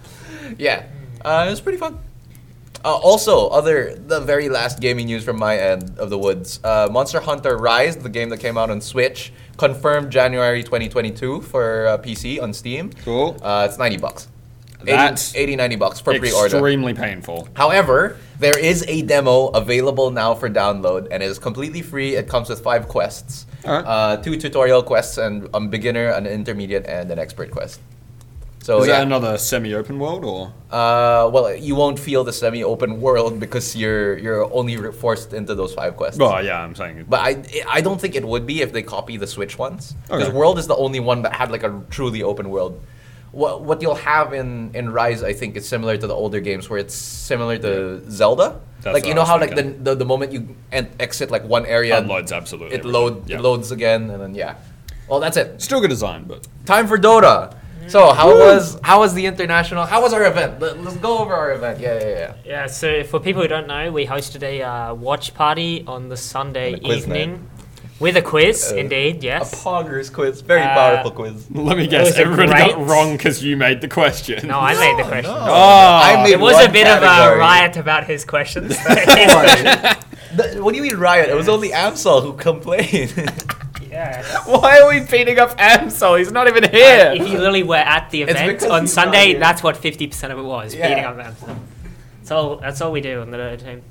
S4: yeah. Uh, it was pretty fun. Uh, also, other the very last gaming news from my end of the woods. Uh, Monster Hunter Rise, the game that came out on Switch, confirmed January 2022 for uh, PC on Steam.
S1: Cool.
S4: Uh, it's 90 bucks. 80,
S1: That's
S4: 80 90 bucks for pre-order.
S1: Extremely painful.
S4: However, there is a demo available now for download, and it is completely free. It comes with five quests,
S1: Alright.
S4: uh, two tutorial quests, and a beginner, an intermediate, and an expert quest. So
S1: Is
S4: yeah,
S1: that another semi-open world or?
S4: uh, well, you won't feel the semi-open world because you're you're only re- forced into those five quests.
S1: Well, yeah, I'm saying.
S4: But I I don't think it would be if they copy the Switch ones because
S1: Okay.
S4: World is the only one that had like a truly open world. What what you'll have in in Rise I think is similar to the older games where it's similar to Zelda.
S1: That's
S4: like
S1: what
S4: you
S1: I
S4: know
S1: was
S4: how like the,
S1: thinking.
S4: the the moment you en- exit like one area,
S1: Unloads absolutely
S4: It load
S1: everything.
S4: it
S1: Yeah.
S4: loads again and then yeah. Well, that's it.
S1: Still good design, but
S4: Time for Dota. So how was how was the international? How was our event? Let, let's go over our event. Yeah, yeah, yeah.
S3: Yeah, so for people who don't know, we hosted a uh, watch party on the Sunday
S4: And a quiz
S3: evening
S4: night.
S3: with a quiz,
S4: Uh,
S3: indeed, yes.
S4: A poggers quiz, very
S3: Uh,
S4: powerful quiz.
S1: let me
S3: was
S1: guess,
S3: a
S1: everyone got
S3: great-
S1: wrong because you made the question. [laughs]
S3: no, I made
S1: Oh,
S3: the question.
S4: no.
S1: Ah.
S4: I made
S3: It was
S4: one
S3: a bit of a
S4: category.
S3: riot about his questions.
S4: [laughs] The- [laughs] what do you mean riot? It was only Amsel who complained.
S3: [laughs] yeah.
S1: Why are we beating up Amsel? He's not even here.
S3: If you really were at the event
S4: because
S3: on
S4: he's not
S3: Sunday,
S4: here.
S3: that's what 50% of it was,
S4: Yeah.
S3: beating up Amsterdam. That's all, that's all we do on the Dota team.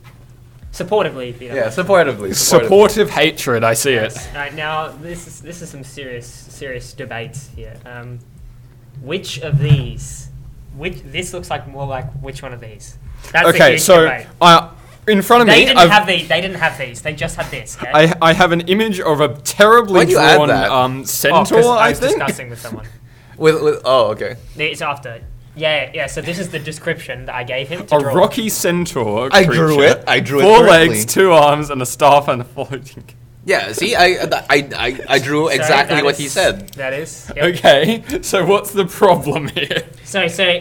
S3: Supportively, beat
S4: [laughs]
S3: up
S4: yeah, supportively. supportively.
S1: Supportive hatred, I see it.
S3: All right, now this is this is some serious serious debates here. Um, which of these? Which this looks like more like which one of these? That's a
S1: Okay,
S3: huge
S1: so
S3: debate.
S1: uh, in front of
S3: They
S1: me,
S3: didn't
S1: I've-
S3: have these. They didn't have these. They just had this. Okay?
S1: I, I have an image of a terribly
S4: Why'd you add
S1: drawn
S4: that?
S1: um,
S3: Oh, 'cause
S1: centaur. I,
S3: I was
S1: think.
S3: discussing with someone.
S4: With, with oh okay.
S3: It's after. Yeah, yeah. So this is the description that I gave him. To
S1: A
S3: draw.
S1: rocky centaur.
S4: I drew
S1: creature.
S4: it, I drew it
S1: Four
S4: correctly.
S1: legs, two arms, and a staff and a floating.
S4: Yeah, see, I I, I, I drew
S3: So
S4: exactly
S3: that
S4: what
S3: is-
S4: he said.
S3: That is. Yep.
S1: Okay, [laughs] so what's the problem here?
S3: So, so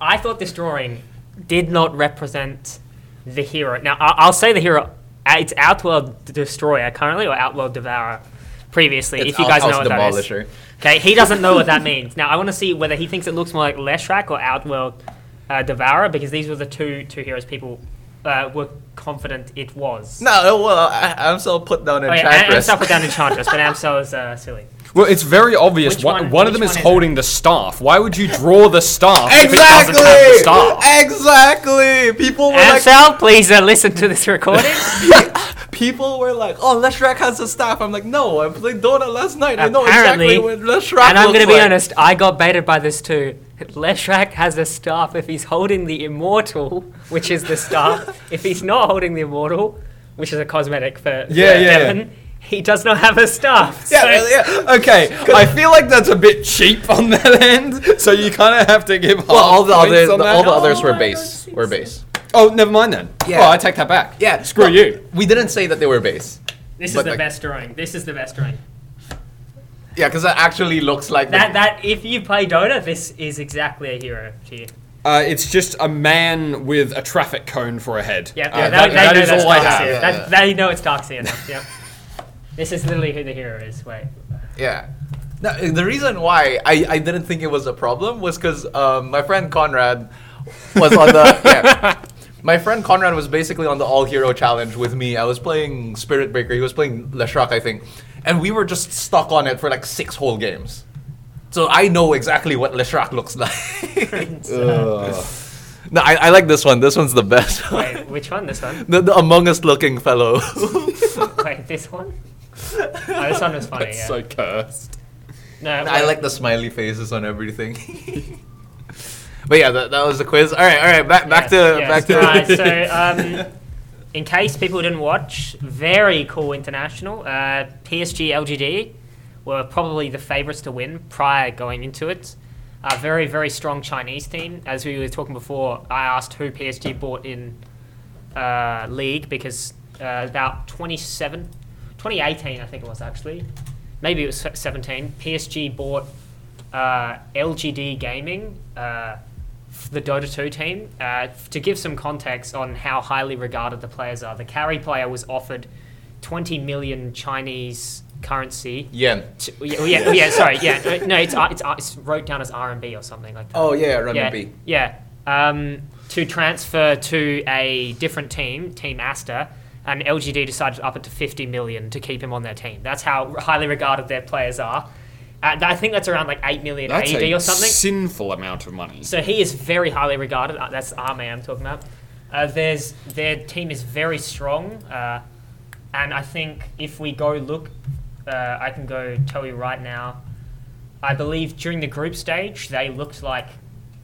S3: I thought this drawing did not represent the hero. Now, I- I'll say the hero. uh, It's Outworld D- Destroyer currently, or Outworld Devourer previously,
S4: It's
S3: if you guys know
S4: Outhouse
S3: what that is.
S4: Demolisher.
S3: Okay, he doesn't know
S4: [laughs]
S3: what that means. Now, I want to see whether he thinks it looks more like Leshrac or Outworld uh, Devourer, because these were the two two heroes people uh, were confident it was.
S4: No, uh, well, I, Amsel put down
S3: Oh, yeah, Am-
S4: Enchantress.
S3: Amsel put down Enchantress,
S4: [laughs]
S3: but Amsel is uh, silly.
S1: Well, it's very obvious.
S3: Which
S1: one,
S3: one-
S1: one of
S3: which
S1: them is
S3: one is
S1: holding the staff. Why would you draw the staff if it doesn't have the staff?
S4: Exactly. Exactly. People were like,
S3: Amsel, please uh, listen to this recording.
S4: people were like, oh, Leshrac has a staff. I'm like, no, I played Dota last night. I know
S3: Apparently-
S4: exactly what Leshrac
S3: and I'm
S4: looks
S3: going to be
S4: like."
S3: honest, I got baited by this too. Leshrac has a staff if he's holding the immortal, which is the [laughs] staff. if he's not holding the immortal, which is a cosmetic for for
S1: Yeah, yeah,
S3: Devon, he does not have a staff.
S4: Yeah,
S3: So-
S4: well, yeah.
S1: Okay, I feel like that's a bit cheap on that end. So you kind of have to give. half
S4: Well, all the
S1: points
S4: other,
S1: on that.
S4: all the others were
S3: Oh, I don't
S4: base.
S3: think
S4: Were
S3: so.
S4: base.
S1: Oh, never mind then.
S4: Yeah.
S1: Well, I take that back.
S4: Yeah.
S1: Screw
S4: no,
S1: you.
S4: We didn't say that they were base.
S3: This
S4: But
S3: is the
S4: like-
S3: best drawing. This is the best drawing.
S4: Yeah, because that actually looks like
S3: That that if you play Dota, this is exactly a hero to you.
S1: Uh, it's just a man with a traffic cone for a head.
S3: Yeah,
S1: Uh,
S3: yeah,
S1: that-
S3: they,
S1: that
S3: they
S1: is
S3: know that's
S1: all I
S3: Darkseid.
S1: have.
S4: yeah,
S3: That-
S4: yeah.
S3: They know it's
S1: [laughs]
S3: Darkseid. yeah. This is literally who the hero is. Wait.
S4: Yeah. No, the reason why I, I didn't think it was a problem was because um, my friend Conrad was on the. Yeah. My friend Conrad was basically on the All Hero Challenge with me. I was playing Spirit Breaker. He was playing Leshrac, I think. And we were just stuck on it for like six whole games. So I know exactly what Leshrac looks like. [laughs] no, I, I like this one. This one's the best. [laughs]
S3: Wait, which one?
S1: [laughs]
S3: This one?
S4: the, the Among Us looking fellow. [laughs]
S3: Wait, this one? Oh, this one was funny,
S1: That's
S3: yeah.
S1: so cursed.
S3: no,
S4: I
S3: wait.
S4: like the smiley faces on everything. [laughs] but yeah, that, that was the quiz. All right, all right, back back
S3: Yes,
S4: to
S3: yes.
S4: back to. [laughs]
S3: Right, so, um, in case people didn't watch, very cool international. Uh, PSG LGD were probably the favourites to win prior going into it. A very very strong Chinese team. As we were talking before, I asked who PSG bought in uh, league because uh, about 27, 2018 I think it was actually, maybe it was se- 17. PSG bought uh, LGD Gaming. Uh, the Dota 2 team. Uh, to give some context on how highly regarded the players are, the carry player was offered 20 million Chinese currency.
S4: Yen.
S3: To, yeah, yeah,
S4: [laughs]
S3: yeah, sorry, yeah. No, it's, uh, it's, it's wrote down as RMB or something like that.
S4: Oh yeah, Rugby.
S3: yeah, yeah. Um, to transfer to a different team, Team Asta, and LGD decided to up it to 50 million to keep him on their team. That's how highly regarded their players are. Uh, I think that's around like 8 million
S4: That's
S3: AD
S4: a
S3: or something.
S1: Sinful amount of money.
S3: So he is very highly regarded. Uh, That's Arme I'm talking about. Uh, there's their team is very strong, uh, and I think if we go look, uh, I can go tell you right now. I believe during the group stage they looked like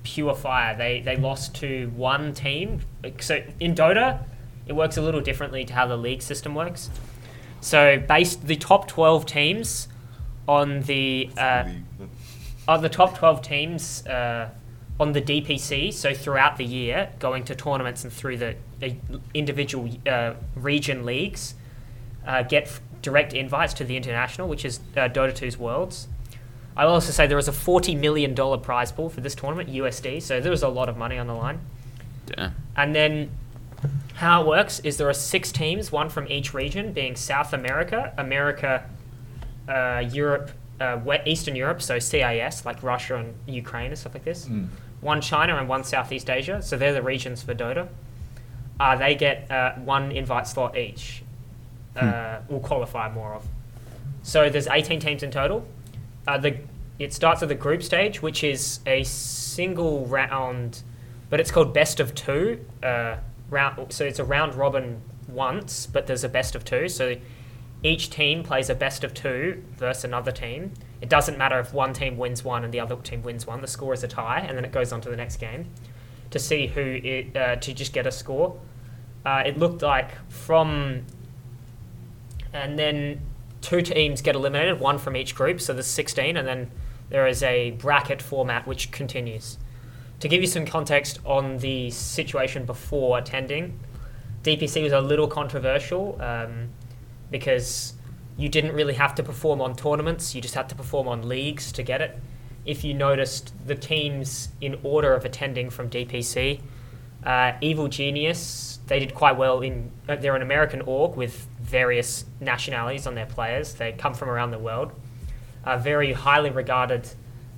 S3: pure fire. They they lost to one team. Like, So in Dota, it works a little differently to how the league system works. So based the top twelve teams on the uh, are the top 12 teams uh, on the DPC, so throughout the year, going to tournaments and through the uh, individual uh, region leagues, uh, get f- direct invites to the international, which is uh, Dota 2's Worlds. I will also say there was a $40 million prize pool for this tournament, USD, so there was a lot of money on the line.
S1: Yeah.
S3: And then how it works is there are six teams, one from each region, being South America, America, uh, Europe, uh, we- Eastern Europe, so CIS, like Russia and Ukraine and stuff like this. One China and one Southeast Asia, so they're the regions for Dota. Uh, they get uh, one invite slot each. Uh, will qualify more of. So there's 18 teams in total. Uh, the it starts at the group stage, which is a single round, but it's called best of two uh, round. So it's a round robin once, but there's a best of two. So each team plays a best of two versus another team. It doesn't matter if one team wins one and the other team wins one. The score is a tie, and then it goes on to the next game to see who it uh, to just get a score. Uh, it looked like from and then two teams get eliminated, one from each group, so there's 16, and then there is a bracket format which continues. To give you some context on the situation before attending, DPC was a little controversial um, because you didn't really have to perform on tournaments, you just had to perform on leagues to get it. If you noticed the teams in order of attending from DPC, uh, Evil Genius, they did quite well in. uh, They're an American org with various nationalities on their players. They come from around the world. A very highly regarded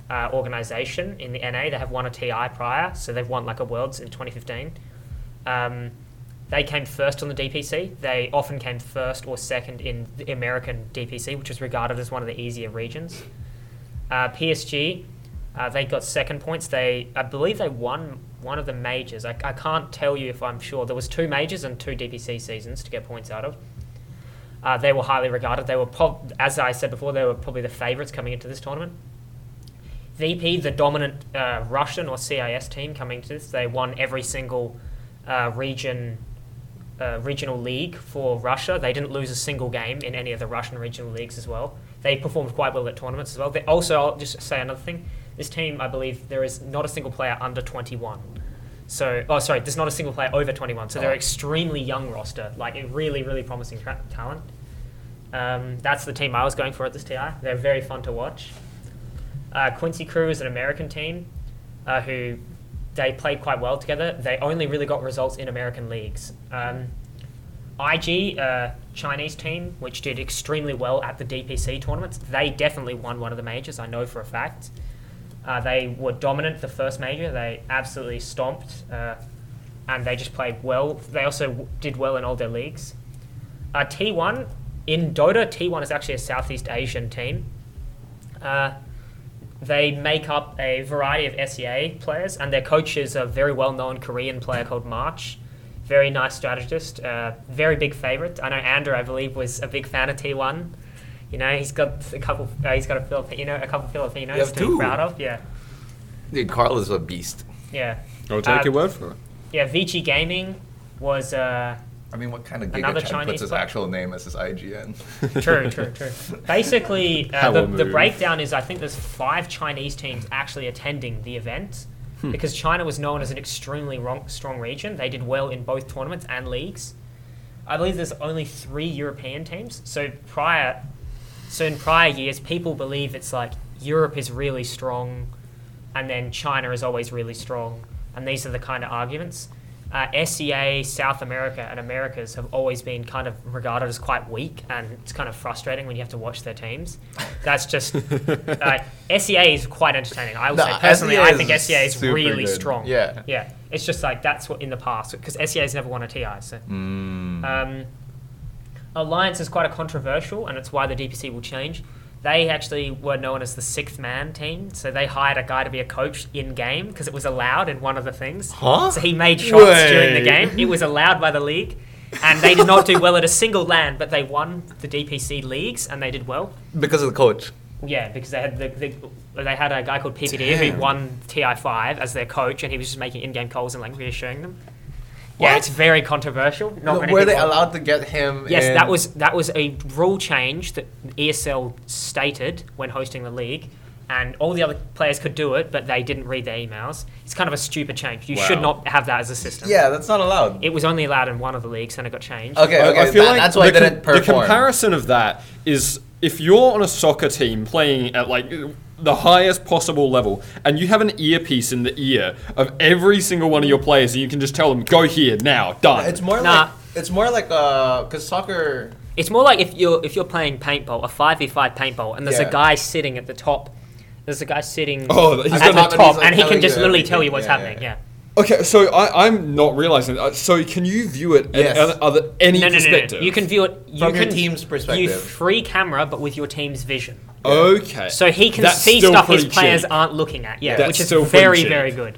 S3: uh, organization in the NA. They have won a TI prior, so they've won like a Worlds in 2015. Um, they came first on the DPC. They often came first or second in the American DPC, which is regarded as one of the easier regions. Uh, PSG, uh, they got second points. They, I believe, they won one of the majors. I, I can't tell you if I'm sure. There was two majors and two DPC seasons to get points out of. Uh, they were highly regarded. They were, prob- as I said before, they were probably the favourites coming into this tournament. VP, the dominant uh, Russian or CIS team coming to this, they won every single uh, region uh, regional league for Russia. They didn't lose a single game in any of the Russian regional leagues as well. They performed quite well at tournaments as well. They also, I'll just say another thing. This team, I believe, there is not a single player under 21. So, oh, sorry, there's not a single player over 21. So they're
S4: Oh.
S3: extremely young roster, like a really, really promising tra- talent. Um, that's the team I was going for at this TI. They're very fun to watch. Uh, Quincy Crew is an American team uh, who they played quite well together. They only really got results in American leagues. Um, IG, uh, Chinese team, which did extremely well at the DPC tournaments, they definitely won one of the majors, I know for a fact. Uh, they were dominant the first major, they absolutely stomped, uh, and they just played well. They also w- did well in all their leagues. Uh, T1, in Dota, T1 is actually a Southeast Asian team. Uh, they make up a variety of SEA players, and their coach is a very well known Korean player called March. Very nice strategist, uh, very big favorite. I know Andrew, I believe, was a big fan of T1. You know, he's got a couple. Uh, he's got a Filipino, a couple
S4: You
S3: Filipinos
S4: have
S3: to be
S4: two.
S3: proud of. Yeah,
S4: Dude, Carl is a beast.
S3: yeah,
S1: I'll take
S3: Uh,
S1: your word for it.
S3: yeah. Vici Gaming was uh,
S4: I mean, what kind of
S3: Another
S4: giga Chad
S3: Chinese
S4: puts his
S3: player.
S4: actual name as his IGN? [laughs]
S3: True, true, true. Basically, uh,
S1: How
S3: the,
S1: we'll
S3: the
S1: move.
S3: breakdown is I think there's five Chinese teams actually attending the event because China was known as an extremely wrong, strong region. They did well in both tournaments and leagues. I believe there's only three European teams. So prior, so in prior years, people believe it's like Europe is really strong, and then China is always really strong. and these are the kind of arguments. Uh, SEA, South America, and Americas have always been kind of regarded as quite weak, and it's kind of frustrating when you have to watch their teams. That's
S4: [laughs]
S3: just uh, SEA is quite entertaining. I would
S4: Nah,
S3: say personally,
S4: SEA
S3: I
S4: E is
S3: think SEA is
S4: super
S3: really
S4: good.
S3: strong.
S4: Yeah.
S3: yeah. It's just like that's what in the past because SEA's never won a TI. So um, Alliance is quite a controversial, and it's why the DPC will change. They actually were known as the sixth man team, so they hired a guy to be a coach in game because it was allowed in one of the things.
S1: Huh?
S3: So he made shots during the
S1: Wait.
S3: game. It was allowed by the league, and they did not do well at a single land, but they won the DPC leagues and they did well.
S4: [laughs] Because of the coach.
S3: Yeah, because they had the, the, they had a guy called PPD who won TI five as their coach, and he was just making in-game calls and like reassuring them. Yeah,
S4: What?
S3: it's very controversial. Not many
S4: Were they
S3: people-
S4: allowed to get him?
S3: Yes,
S4: in-
S3: that was that was a rule change that ESL stated when hosting the league, and all the other players could do it, but they didn't read their emails. It's kind of a stupid change. You should
S1: Wow.
S3: not have that as a system.
S4: Yeah, that's not allowed.
S3: it was only allowed in one of the leagues, and it got changed.
S4: okay,
S1: I-
S4: okay.
S1: I feel
S4: that-
S1: like
S4: that's why
S1: the,
S4: they didn't
S1: com- the
S4: perform.
S1: comparison of that is if you're on a soccer team playing at like the highest possible level, and you have an earpiece in the ear of every single one of your players, and you can just tell them, "Go here now, done."
S4: it's more
S3: Nah.
S4: like it's more like uh, cause soccer.
S3: It's more like if you're if you're playing paintball, a five v five paintball, and there's
S4: Yeah.
S3: a guy sitting at the top. There's a guy sitting
S1: Oh, he's
S3: at
S1: got
S3: the
S1: a-
S3: top,
S4: he's, like,
S3: and he
S4: telling
S3: can just
S4: you
S3: literally tell
S4: everything.
S3: you what's
S4: Yeah, yeah,
S3: happening.
S4: yeah.
S3: Yeah.
S1: okay, so I, I'm not realizing. That. So can you view it?
S4: Yes.
S1: And, are, there any
S3: No, no, no, no,
S1: perspective?
S3: no. You can view it you
S4: From your
S3: can-
S4: team's
S3: You
S4: perspective.
S3: free camera, but with your team's vision,
S1: Okay.
S3: so he can
S1: That's
S3: see
S1: still
S3: stuff his
S1: pretty
S3: players
S1: cheap.
S3: aren't looking at. Yeah,
S1: That's
S3: which is
S1: still pretty
S3: very
S1: cheap.
S3: very good.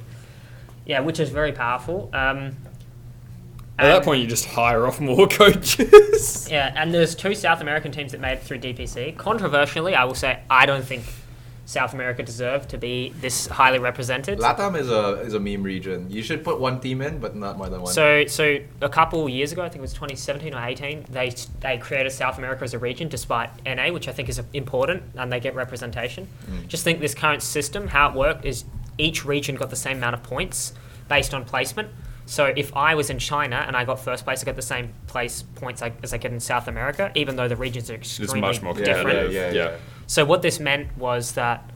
S3: Yeah, which is very powerful. Um,
S1: At that
S3: and-
S1: point, you just hire off more [laughs] coaches.
S3: Yeah, and there's two South American teams that made it through DPC. Controversially, I will say I don't think South America deserved to be this highly represented.
S4: Latam is a is a meme region. You should put one team in, but not more than one.
S3: So, so a couple years ago, I think it was 2017 or 18, they they created South America as a region, despite NA, which I think is important, and they get representation.
S1: Mm.
S3: Just think this current system, how it worked is each region got the same amount of points based on placement. So if I was in China and I got first place, I got the same place points I, as I get in South America, even though the regions are
S1: It's
S3: extremely
S1: much more
S4: Yeah,
S1: competitive.
S3: different.
S4: yeah, yeah, yeah.
S3: So what this meant was that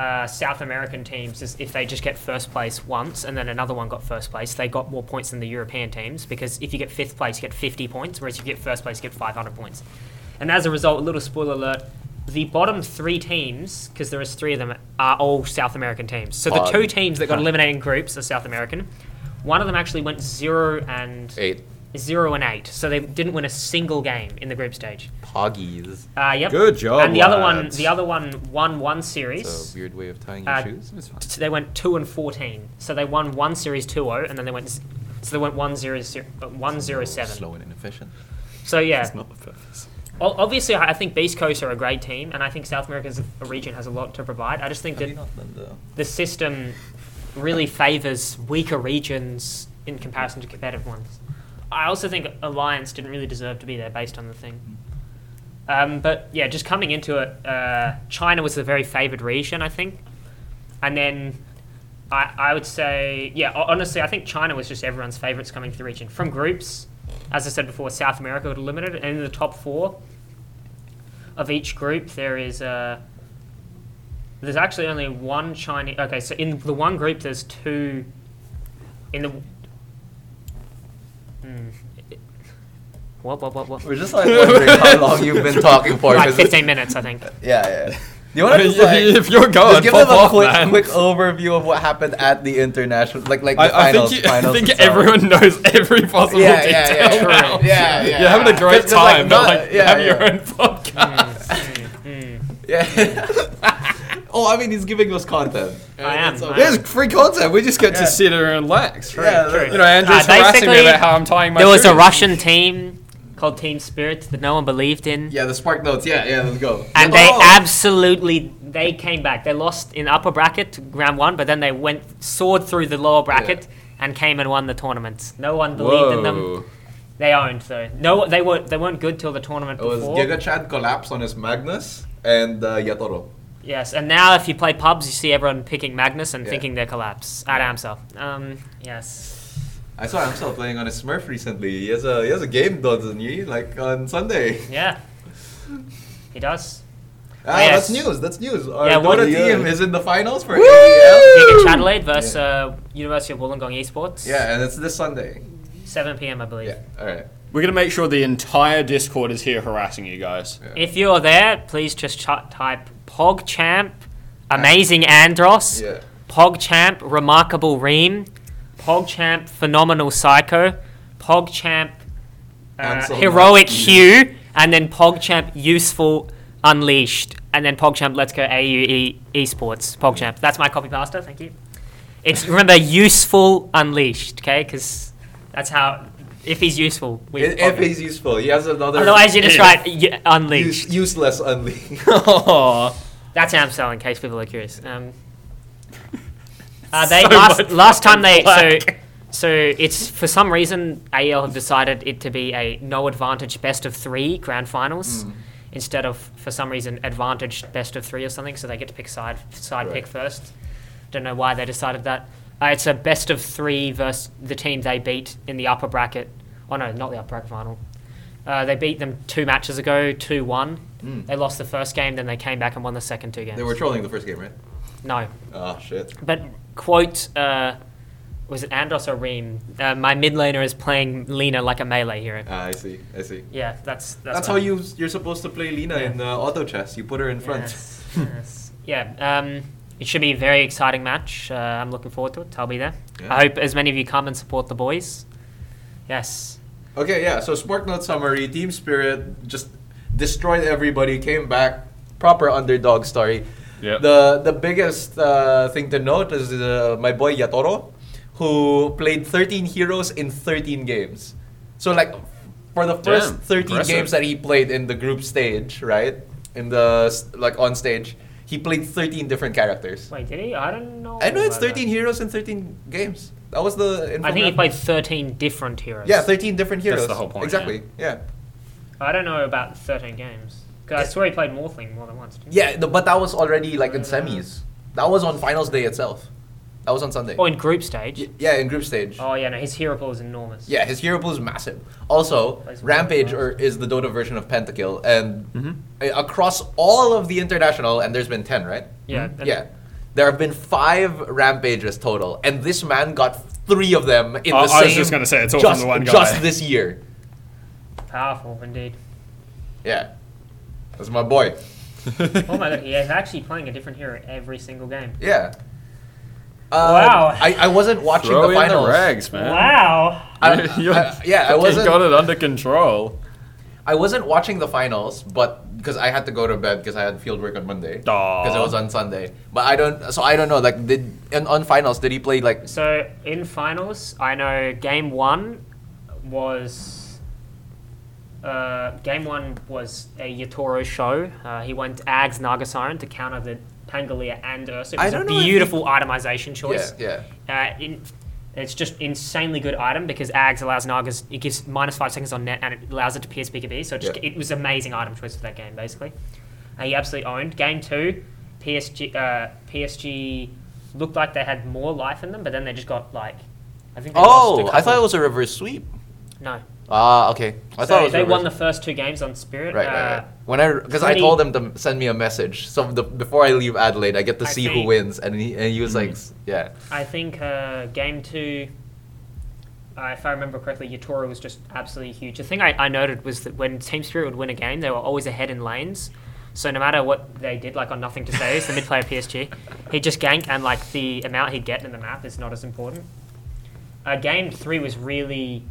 S3: uh, South American teams, is if they just get first place once and then another one got first place, they got more points than the European teams because if you get fifth place, you get 50 points, whereas if you get first place, you get 500 points. And as a result, a little spoiler alert, the bottom three teams, because there is three of them, are all South American teams. So the
S4: Odd.
S3: two teams that got eliminated in groups are South American. One of them actually went zero and
S4: Eight
S3: zero and eight, so they didn't win a single game in the group stage.
S4: poggies.
S3: Uh, yep.
S1: Good job,
S3: And the other one,
S1: lads.
S3: the other one won one series.
S4: It's a weird way of tying your
S3: Uh,
S4: shoes. It's fine.
S3: So they went two and fourteen. So they won one series 2-0, and then they went. z- So they went one zero zero uh, one zero seven.
S4: Slow and inefficient.
S3: So yeah,
S1: Not the purpose.
S3: O- obviously I I think Beast Coast are a great team, and I think South America's a region has a lot to provide. I just think
S4: Have you
S3: that
S4: not done the-
S3: the system really favours weaker regions in comparison to competitive ones. I also think Alliance didn't really deserve to be there based on the thing. Um, but yeah, just coming into it, uh, China was the very favoured region, I think. And then I, I would say, yeah, ho- honestly, I think China was just everyone's favourites coming to the region. From groups, as I said before, South America got eliminated, and in the top four of each group, there is Uh, there's actually only one Chinese. Okay, so in the one group, there's two. In the. Hmm. What, what, what, what?
S4: We're just like wondering
S1: [laughs]
S4: how long you've been talking for.
S3: Like
S4: 'cause-
S3: 15 minutes, I think.
S4: Yeah, yeah. You
S1: [laughs]
S4: want to just
S1: If-
S4: like,
S1: if you're going,
S4: just give
S1: pop
S4: them a
S1: off,
S4: quick,
S1: man.
S4: quick overview of what happened at the international, like like the
S1: I, I
S4: finals.
S1: think, you, [laughs] I
S4: finals
S1: think
S4: itself.
S1: everyone knows every possible
S4: Yeah,
S1: detail.
S4: yeah, yeah,
S1: now. [laughs]
S4: true. Yeah, yeah.
S1: You're having a great
S4: 'Cause, 'cause, like,
S1: time,
S4: not-
S1: but like, you
S4: yeah,
S1: have
S4: yeah.
S1: your own podcast.
S4: Yeah.
S1: [laughs]
S4: oh, I mean, he's giving us content.
S3: I am. I am.
S1: There's Mm. free content. We just get
S4: Yeah.
S1: to sit here and relax.
S4: Yeah,
S3: true.
S1: You know, Andrew's
S3: Uh,
S1: harassing me
S3: basically,
S1: about how I'm tying my
S3: There was a
S1: shoes.
S3: Russian team called Team Spirit that no one believed in.
S4: Yeah, the spark notes. Yeah, yeah. Let's go.
S3: And they
S4: Oh.
S3: absolutely they came back. They lost in upper bracket round one, but then they went soared through the lower bracket and came and won the tournament. No one believed in them.
S1: Whoa.
S3: They owned though. No, they were they weren't good till the tournament
S4: Oh, It was
S3: before.
S4: Giga Chad collapse on his Magnus and uh, Yatoro.
S3: Yes, and now if you play pubs, you see everyone picking Magnus and
S4: Yeah.
S3: thinking they're collapse at Amsel. Um, yes.
S4: I saw him still playing on his Smurf recently. He has a he
S3: [laughs]
S4: [laughs] has a game, doesn't he? Like on Sunday.
S3: Yeah. He does.
S4: Ah,
S3: yes.
S4: that's news. That's news. Our
S3: Yeah, what-
S4: Dota
S2: Yeah.
S4: team is in the finals for AEL.
S3: Giga Chadelaide versus uh, University of Wollongong Esports.
S4: Yeah, and it's this Sunday.
S3: 7 p.m. I believe.
S4: Yeah. All right.
S1: We're gonna make sure the entire Discord is here harassing you guys.
S3: If you're there, please just ch- type PogChamp, Amazing Andros,
S4: Yeah.
S3: PogChamp, Remarkable Reem, PogChamp, Phenomenal Psycho, PogChamp, uh,
S4: Ansel
S3: Heroic
S4: Mount.
S3: Hue, and then PogChamp, Useful Unleashed, and then PogChamp, Let's Go AUE Esports, PogChamp. That's my copy pasta, thank you. It's, remember, Useful Unleashed, okay? Because that's how, if he's useful, we
S4: If,
S3: pog
S4: if
S3: him.
S4: he's useful, he has another.
S3: Otherwise, you just
S1: If.
S3: write y- Unleashed.
S4: [laughs]
S3: [laughs]
S4: use, useless unleash.
S1: [laughs] Oh.
S3: That's Amstel, in case people are curious. Um, uh, they
S1: So much
S3: last last time they
S1: fucking
S3: so so it's for some reason AEL have decided it to be a no advantage best of three grand
S1: Hmm.
S3: finals instead of for some reason advantage best of three or something. So they get to pick side side
S4: Right.
S3: pick first. Don't know why they decided that. Uh, it's a best of three versus the team they beat in the upper bracket. Oh no, not the upper bracket final. Uh, they beat them two matches ago, two one. They lost the first game, then they came back and won the second two games.
S4: [laughs] Hmm. they were trolling the first game, right?
S3: no,
S4: Oh shit.
S3: but quote, uh, was it Andros or Reem? Uh, my mid laner is playing Lena like a melee hero.
S4: Ah, I see. I see.
S3: Yeah, that's that's,
S4: That's how
S3: what-
S4: you you're supposed to play Lina in uh, auto chess. You put her in front.
S3: Yes, yes. Yeah, um, it should be a very exciting match. Uh, I'm looking forward to it. I'll be there.
S4: Yeah.
S3: I hope as many of you come and support the boys. Yes.
S4: Okay, yeah. So sport note summary: Team Spirit just destroyed everybody. Came back, proper underdog story.
S1: Yep.
S4: The the biggest uh, thing to note is uh, my boy Yatoro, who played 13 heroes in 13 games. So like, for the first
S1: Damn,
S4: 13
S1: impressive.
S4: games that he played in the group stage, right? In the s- like on stage, he played 13 different characters.
S3: Wait, did he? I don't know.
S4: I know it's
S3: about
S4: 13 heroes in 13 games. That was the.
S3: that. I think he
S4: infographic.
S3: played 13 different heroes.
S4: Yeah, 13 different
S1: That's
S4: heroes.
S1: the whole point,
S4: Exactly. Yeah.
S3: I don't know about 13 games. Because I swear he played Morphling more than once. Didn't he?
S4: Yeah, the, but that was already like in semis. That was on finals day itself. That was on Sunday.
S3: Or Oh, in group stage.
S4: Y- yeah, in group stage.
S3: Oh, yeah, no, his hero pool is enormous.
S4: Yeah, his hero pool is massive. Also,
S3: Plays
S4: Rampage
S3: well.
S4: or is the Dota version of Pentakill, and
S1: Mm-hmm.
S4: a- across all of the international, and there's been ten, right?
S3: Yeah, Mhm. and-
S4: Mm-hmm. yeah. There have been five rampages total, and this man got three of them in
S1: I-
S4: the
S1: Oh, I
S4: same.
S1: was just gonna say, it's all from
S4: just,
S1: the one guy.
S4: Just this year.
S3: Powerful,
S4: [laughs]
S3: indeed.
S4: Yeah, that's my boy.
S3: Oh my god, he is actually playing a different hero every single game.
S4: Yeah. Uh,
S3: Wow.
S4: I, I wasn't watching
S1: Throw
S4: the
S1: in the
S4: finals.
S1: rags, man. [laughs]
S3: Wow.
S4: I-
S1: You
S4: I- yeah, I
S1: fucking
S4: wasn't-
S1: got it under control.
S4: I wasn't watching the finals, but because I had to go to bed because I had field work on Monday
S1: Aw.
S4: because it was on Sunday. But I don't, so I don't know. Like, did and on finals did he play like?
S3: So in finals, I know game one was uh, game one was a Yatoro show. Uh, he went Ags Nagasiren to counter the Pangolier and Ursa. It
S4: I
S3: was a
S4: don't know if he-
S3: beautiful itemization choice.
S4: Yeah,
S3: Uh, in, it's just insanely good item because Ags allows Nagas. It gives minus five seconds on net and it allows it to pierce BKB. So it, just,
S4: Yeah.
S3: it was amazing item choice for that game basically. Uh, he absolutely owned game two. PSG uh, PSG looked like they had more life in them, but then they just got like I think. They
S4: Oh,
S3: lost a
S4: I thought it
S3: couple-
S4: was a reverse sweep.
S3: no.
S4: Ah, okay. I
S3: so
S4: thought it was
S3: they won the
S4: reverse-
S3: first two games on Spirit.
S4: Right,
S3: uh,
S4: right, right. When I because I
S3: pretty-
S4: told him to send me a message, so the, before I leave Adelaide, I get to
S3: I
S4: see who
S3: think-
S4: wins, and he and he was like, s- yeah,
S3: I think uh, game two, uh, if I remember correctly, Yatora was just absolutely huge. The thing I, I noted was that when Team Spirit would win a game, they were always ahead in lanes. So no matter what they did, like on nothing to say, is the mid player PSG, he'd just gank and like the amount he'd get in the map is not as important. Uh, game three was really.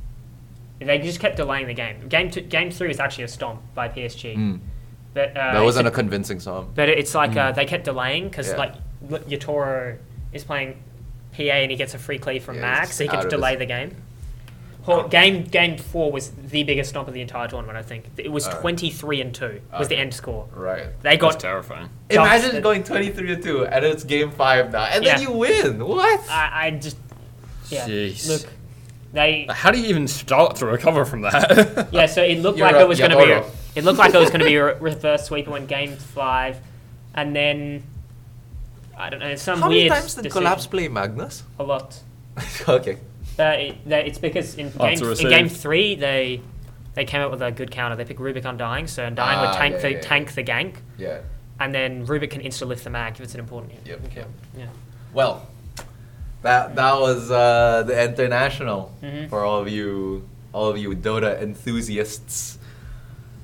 S3: They just kept delaying the game. Game two, game three was actually a stomp by PSG. But, uh,
S4: that
S3: it's
S4: wasn't
S3: a-
S4: a convincing song.
S3: but it's like uh, they kept delaying because
S4: Mm. Yeah.
S3: like L- Yatoro is playing PA and he gets a free cleave from
S4: Yeah, he's
S3: Max,
S4: just
S3: so he
S4: out
S3: can
S4: of
S3: delay
S4: his- Oh.
S3: the game. Well, game game four was the biggest stomp of the entire tournament. I think it was
S4: Alright.
S3: twenty three and two was the end score.
S4: Right.
S3: They
S1: That's
S3: got.
S1: terrifying.
S4: Imagine
S3: Dumpster.
S4: going twenty three to two, and it's game five now, and then
S3: Yeah. Ah,
S4: you win. What?
S3: I, I just. Yeah.
S1: Jeez.
S3: Look, they.
S1: How do you even start to recover from that? [laughs]
S3: Yeah, so it looked
S4: You're
S3: like
S4: a
S3: it was going to be.
S4: Yatoro.
S3: A, it looked like it was going to be a
S4: [laughs]
S3: re- reverse sweep and went game five, and then. I don't know. Some
S4: How many
S3: weird
S4: times did
S3: decision.
S4: Collapse play Magnus? [laughs]
S3: A lot.
S4: okay.
S3: Uh, it, they, it's because in
S1: Oh,
S3: game,
S1: it's a
S3: in game
S1: receive.
S3: three they they came up with a good counter. They picked Rubik Undying, so Undying
S4: Ah,
S3: would tank
S4: yeah,
S3: the
S4: yeah, yeah.
S3: tank the gank,
S4: Yeah.
S3: and then Rubik can insta lift the mag if it's an important hit.
S4: Yep.
S3: Okay. Yeah.
S4: Well, that that was uh, the international
S3: Mm-hmm.
S4: for all of you, all of you Dota enthusiasts.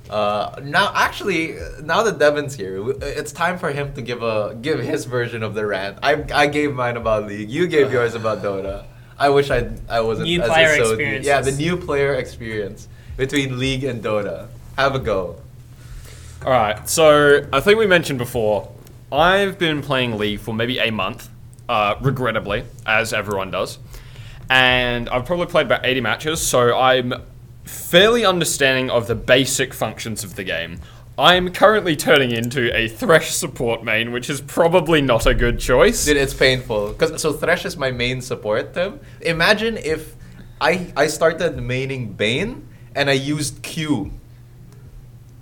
S4: Uh, now, actually, now that Devin's here, w- it's time for him to give a give his version of the rant. I I gave mine about League. You gave yours about Dota. I wish I I wasn't
S3: New
S4: as
S3: player
S4: associated- Yeah, the
S3: experiences.
S4: new player experience between League and Dota. Have a go.
S1: All right. So I think we mentioned before, I've been playing League for maybe a month, uh, regrettably, as everyone does, and I've probably played about eighty matches. So I'm fairly understanding of the basic functions of the game. I'm currently turning into a Thresh support main, which is probably not a good choice.
S4: Dude, it's painful. Cause so Thresh is my main support team. Imagine if I I started maining Bane and I used Q.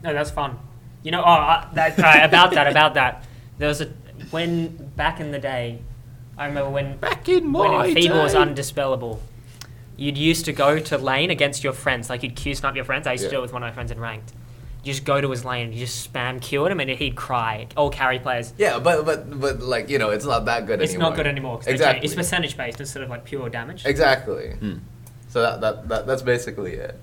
S3: No, that's fun. You know, oh, I, that, uh, about that, about that. There was a when back in the day, I remember when
S1: Back in
S3: when
S1: my
S3: Enfeeble was
S1: day.
S3: undispellable. You'd used to go to lane against your friends, like you'd Q snap your friends. I used
S4: Yeah.
S3: to do it with one of my friends in ranked. You just go to his lane, you just spam Q at him, and he'd cry. All carry players.
S4: Yeah, but but but like you know, it's not that good
S3: It's
S4: anymore.
S3: not good anymore. 'cause they change-
S4: Exactly.
S3: It's percentage based instead of like pure damage.
S4: exactly. So that, that that that's basically it.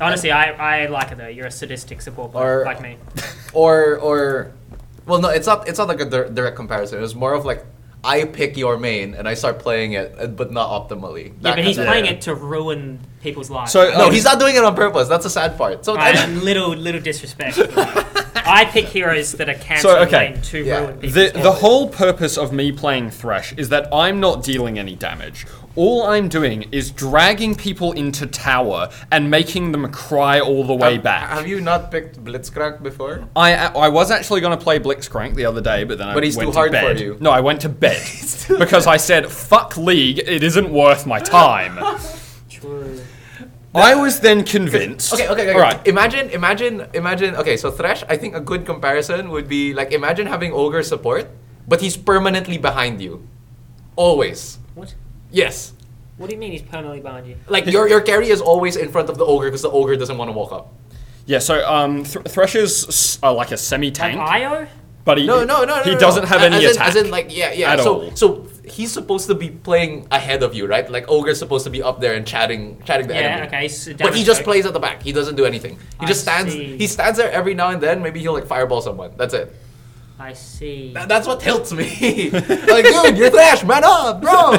S3: Honestly, I, I like it though. You're a sadistic support player
S4: Or-
S3: like me.
S4: Or or, well, no, it's not it's not like a dir- direct comparison. It's more of like I pick your main and I start playing it, uh, but not optimally.
S3: Yeah,
S4: That
S3: but he's
S4: kind of-
S3: playing it to ruin people's lives.
S1: So-
S4: No, oh, he's not doing it on purpose. That's a sad part. So [laughs]
S3: I am little little disrespect. I pick heroes that are cancelled
S1: So, okay.
S3: lane to
S4: Yeah.
S3: ruin people's
S1: The, the
S3: lives.
S1: whole purpose of me playing Thresh is that I'm not dealing any damage. All I'm doing is dragging people into tower and making them cry all the way
S4: Have-
S1: back.
S4: Have you not picked Blitzcrank before?
S1: I, I was actually going to play Blitzcrank the other day, but then
S4: But
S1: I
S4: he's
S1: went
S4: too hard
S1: to bed.
S4: for you.
S1: No, I went to
S4: [laughs]
S1: bed because I said, "Fuck League, it isn't worth my
S4: [laughs]
S1: time."
S3: True.
S1: I was then convinced.
S4: Okay, okay, okay.
S1: All right.
S4: Imagine, imagine, imagine. Okay, so Thresh, I think a good comparison would be like imagine having Ogre support, but he's permanently behind you, always.
S3: What?
S4: Yes,
S3: What do you mean he's permanently behind you?
S4: like your your carry is always in front of the Ogre because the Ogre doesn't want to walk up.
S1: Yeah. So um, Th- Thresh is s- uh, like a
S3: Like
S1: semi-tank,
S3: Io?
S1: but he
S4: No, no, no, no.
S1: he
S4: no, no.
S1: doesn't have
S4: A-
S1: any
S4: as in,
S1: attack.
S4: As in, like yeah, yeah.
S1: at
S4: so
S1: all.
S4: so he's supposed to be playing ahead of you, right? Like Ogre's supposed to be up there and chatting, chatting the enemy.
S3: Yeah, okay. So
S4: But he
S3: damage
S4: just
S3: choke.
S4: plays at the back. He doesn't do anything. He
S3: I
S4: just stands.
S3: see.
S4: He stands there every now and then. Maybe he'll like fireball someone. That's it.
S3: I see.
S4: Th- that's what tilts me. [laughs] like, dude, you're Thrash, man up, bro.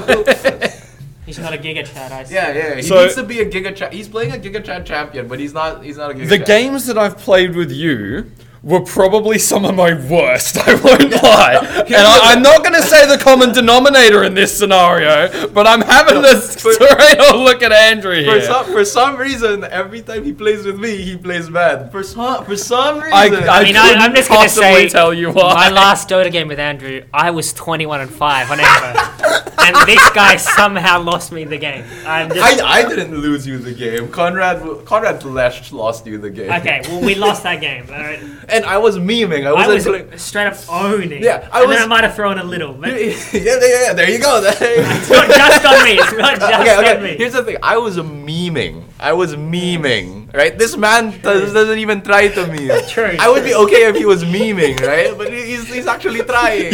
S3: He's not a Giga Chad, I see.
S4: [laughs] yeah, yeah. He
S1: So-
S4: needs to be a Giga Chat. He's playing a Giga Chat champion, but he's not. He's not a Giga.
S1: The
S4: Chat.
S1: games that I've played with you were probably some of my worst, [laughs] I won't lie. And I, I'm not going to say the common denominator in this scenario, but I'm having a straight old look at Andrew
S4: For
S1: here.
S4: some for some reason, every time he plays with me, he plays bad. For some for some reason.
S1: I, I,
S3: I mean, I-
S1: couldn't
S3: I'm just gonna
S1: possibly
S3: say
S1: tell you
S3: My
S1: why.
S3: last Dota game with Andrew, I was 21 and 5
S1: [laughs]
S3: on Evo. and this guy somehow lost me the game. I'm just.
S4: I, I didn't lose you the game. Conrad Conrad Lesh lost you the game.
S3: okay, well, we lost that game. All right.
S4: And I was memeing. I
S3: I
S4: wasn't.
S3: was
S4: playing-
S3: straight up owning.
S4: Yeah, I
S3: and
S4: was-
S3: Then I might have thrown a little. But it's
S4: [laughs] yeah, yeah, yeah. There you go. [laughs] There-
S3: not just on me. It's [laughs] not just
S4: [laughs] okay,
S3: on
S4: okay.
S3: me.
S4: Here's the thing. I was memeing. I was memeing, right? This man does, doesn't even try to meme.
S3: True.
S4: I would be okay if he was memeing, right? But he- he's, he's actually trying.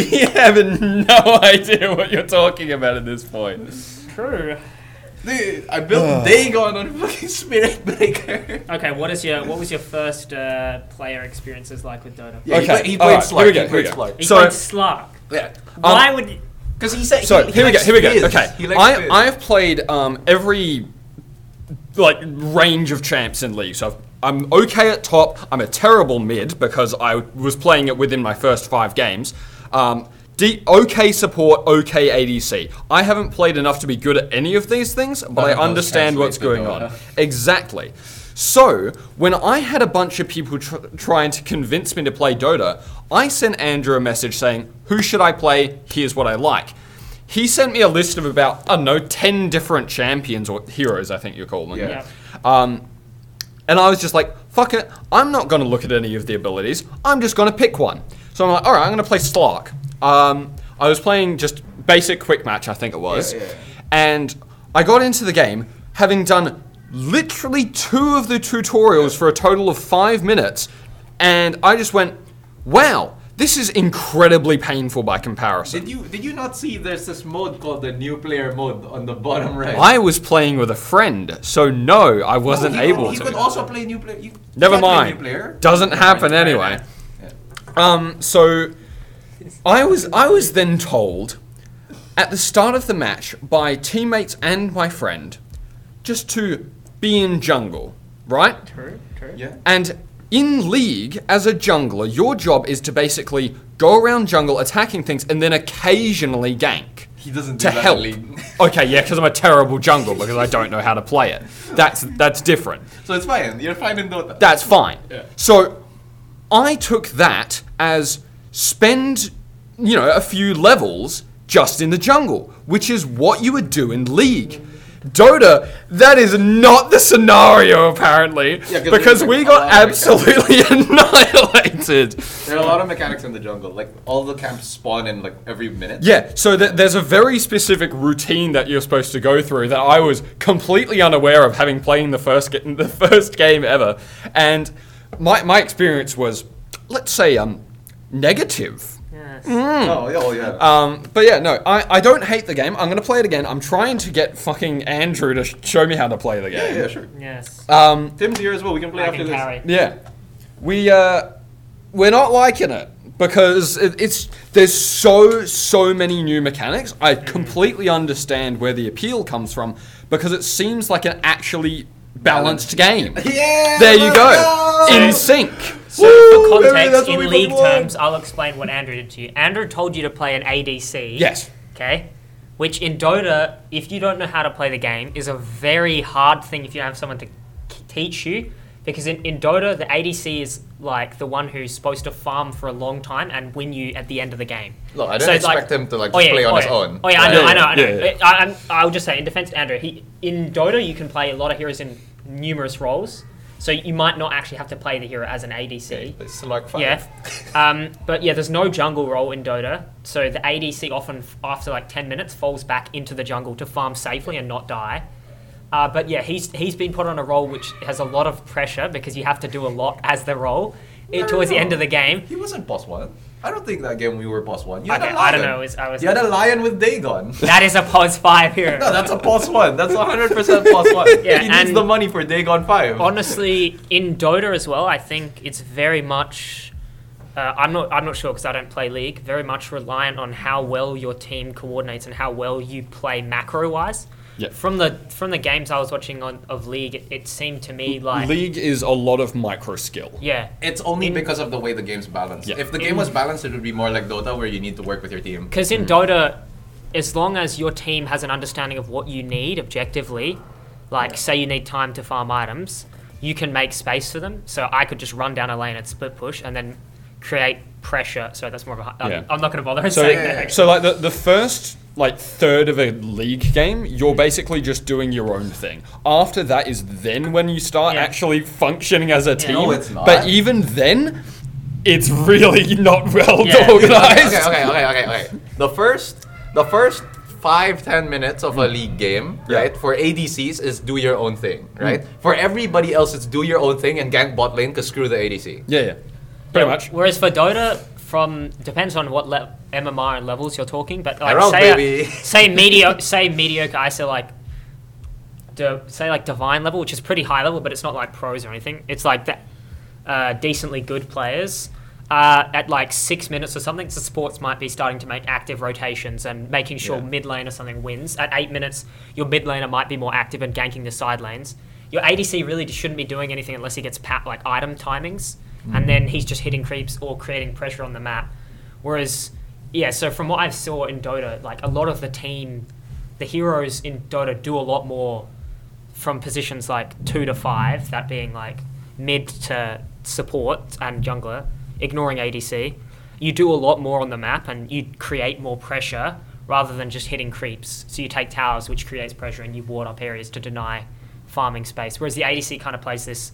S2: [laughs]
S1: [laughs] You have no [laughs] idea what you're talking about at this point.
S3: True.
S4: Dude, I built Dagon on fucking Spirit Breaker.
S3: [laughs] Okay, what is your what was your first uh, player experiences like with Dota?
S4: Yeah, he
S1: Okay,
S4: play- he
S1: all
S4: played
S1: right,
S4: Slark,
S1: here we go,
S4: he
S1: here
S4: played
S1: we go.
S4: Slark.
S3: He
S1: So-
S3: played Slark.
S4: Yeah. um,
S3: Why would
S4: Because he said.
S1: So
S4: he,
S1: here
S4: he
S1: we go.
S4: likes
S1: Here we go.
S4: Fizz.
S1: Okay,
S4: He likes
S1: I
S4: Fizz.
S1: I have played um, every like range of champs in league. So I've, I'm okay at top. I'm a terrible mid because I was playing it within my first five games. Um, D, okay support, okay ADC. I haven't played enough to be good at any of these things, but
S4: None
S1: I
S4: of those
S1: understand what's
S4: translate to
S1: going
S4: [laughs]
S1: on.
S4: Dota.
S1: Exactly. So, when I had a bunch of people tr- trying to convince me to play Dota, I sent Andrew a message saying, Who should I play? Here's what I like. He sent me a list of about, I don't know, 10 different champions or heroes, I think you call them.
S4: Yeah.
S1: Um, and I was just like, fuck it, I'm not going to look at any of the abilities. I'm just going to pick one. So I'm like, all right, I'm going to play Slark. Um, I was playing just basic quick match, I think it was.
S4: Yeah, yeah.
S1: And I got into the game having done literally two of the tutorials for a total of five minutes. And I just went, wow, This is incredibly painful by comparison.
S2: Did you did you not see there's this mode called the new player mode on the bottom right?
S1: I was playing with a friend, so no, I wasn't
S2: you
S1: able
S2: Could, you
S1: to.
S2: could also play new player. You
S1: Never
S2: can't play
S1: mind.
S2: New player.
S1: Doesn't happen
S3: fair
S1: anyway. Um, so I was I was then told at the start of the match by teammates and my friend just to be in jungle, right?
S3: True, true.
S2: Yeah.
S1: And in league, as a jungler, your job is to basically go around jungle attacking things and then occasionally gank
S2: He doesn't do
S1: to
S2: that in
S1: help.
S2: league.
S1: okay, yeah, because I'm a terrible jungle because I don't know how to play it. That's that's different.
S2: So it's fine. You're fine in Dota.
S1: That's fine.
S2: Yeah.
S1: So I took that as spend, you know, a few levels just in the jungle, which is what you would do in League. Dota, that is not the scenario apparently,
S2: 'cause we
S1: because
S2: took
S1: we
S2: a
S1: got
S2: lot of
S1: absolutely [laughs] annihilated.
S2: there are a lot of mechanics in the jungle. Like all the camps spawn in like every minute.
S1: Yeah, so th- there's a very specific routine that you're supposed to go through that I was completely unaware of, having playing the first ga- [laughs] the first game ever, and my my experience was, let's say, um, negative.
S3: Yes.
S4: Mm-hmm.
S2: Oh, yeah, oh, yeah.
S1: Um, but yeah, no, I, I don't hate the game. I'm gonna play it again. I'm trying to get fucking Andrew to sh- show me how to play the
S2: yeah,
S1: game.
S2: yeah, sure.
S3: Yes.
S1: Um,
S2: Tim's here as well. We can play
S3: I
S2: after
S3: can
S2: this.
S3: carry.
S1: Yeah, we uh, we're not liking it because it, it's there's so so many new mechanics. I
S3: Hmm.
S1: completely understand where the appeal comes from because it seems like an actually balanced game.
S3: [laughs]
S2: Yeah.
S1: There you
S2: let's
S1: go, in sync.
S3: So
S1: Woo,
S3: for
S1: baby,
S3: context,
S1: that's what we
S3: in league
S1: want.
S3: terms, I'll explain what Andrew did to you. Andrew told you to play an ADC.
S1: Yes.
S3: Okay. Which in Dota, if you don't know how to play the game, is a very hard thing if you don't have someone to k- teach you. Because in, in Dota, the ADC is like the one who's supposed to farm for a long time and win you at the end of the game.
S4: Look, I didn't
S3: it's
S4: expect him to, like, just play on
S3: oh,
S4: his
S3: yeah.
S4: own.
S3: Oh yeah, I
S1: Right.
S3: know,
S1: Yeah,
S3: I know, I know.
S1: yeah, yeah.
S3: I, I'm, I'll just say in defense, to Andrew, he in Dota you can play a lot of heroes in numerous roles, so you might not actually have to play the hero as an ADC.
S4: It's like five.
S3: Yeah. Um, but yeah, there's no jungle role in Dota, so the ADC often, f- after like 10 minutes, falls back into the jungle to farm safely and not die. Uh, but yeah, he's, he's been put on a role which has a lot of pressure because you have to do a lot as the role eh,
S2: No,
S3: towards the
S2: no.
S3: end of the game.
S2: He wasn't boss one. I don't think that game we were boss one. You had
S3: Okay,
S2: a
S3: I
S2: lion.
S3: don't know. Is, I was,
S2: You had a lion with Dagon. [laughs]
S3: that is a pos 5 hero.
S2: No, that's a boss one. That's hundred percent boss
S3: [laughs]
S2: one.
S3: Yeah,
S2: he needs
S3: and-
S2: the money for Dagon Five.
S3: honestly, in Dota as well, I think it's very much. Uh, I'm not. I'm not sure because I don't play League. Very much reliant on how well your team coordinates and how well you play macro wise.
S1: Yeah.
S3: From the from the games I was watching on of League, it, it seemed to me like
S1: League is a lot of micro skill.
S3: yeah.
S4: It's only
S3: In-
S4: because of the way the game's balanced.
S1: Yeah.
S4: If the game was balanced, it would be more like Dota, where you need to work with your team.
S3: Because in Dota, as long as your team has an understanding of what you need objectively, like say you need time to farm items, you can make space for them. So I could just run down a lane and split push and then create pressure. So that's more of a. hi- I'm,
S1: Yeah.
S3: I'm not going to bother
S1: So,
S3: saying that.
S1: so like the, the first like third of a league game, you're basically just doing your own thing. After that is then when you start
S3: Yeah.
S1: actually functioning as a team.
S2: No, it's not.
S1: But even then, it's really [laughs] not well
S3: Yeah.
S1: organized.
S4: [laughs] okay, okay, okay, okay, okay. The first, the first five ten minutes of a league game,
S1: Yeah.
S4: right? For ADCs is do your own thing, right? For everybody else, it's do your own thing and gank bot lane because screw the ADC.
S1: Yeah, yeah, [laughs] pretty much.
S3: Whereas for Dota, from depends on what le- MMR and levels you're talking, but like
S4: Around,
S3: say a-
S4: baby.
S3: [laughs]
S1: [laughs]
S3: say mediocre, say mediocre. I say like, di- say like divine level, which is pretty high level, but it's not like pros or anything. It's like that uh, decently good players. Uh, at like six minutes or something, so sports might be starting to make active rotations and making sure
S4: Yeah.
S3: mid lane or something wins. At eight minutes, your mid laner might be more active and ganking the side lanes. Your ADC really shouldn't be doing anything unless he gets pat like item timings, and then he's just hitting creeps or creating pressure on the map. Whereas, yeah, so from what I saw in Dota, like a lot of the team, the heroes in Dota do a lot more from positions like two to five, that being like mid to support and jungler, ignoring ADC, you do a lot more on the map and you create more pressure rather than just hitting creeps. So you take towers, which creates pressure, and you ward up areas to deny farming space. Whereas the ADC kind of plays this.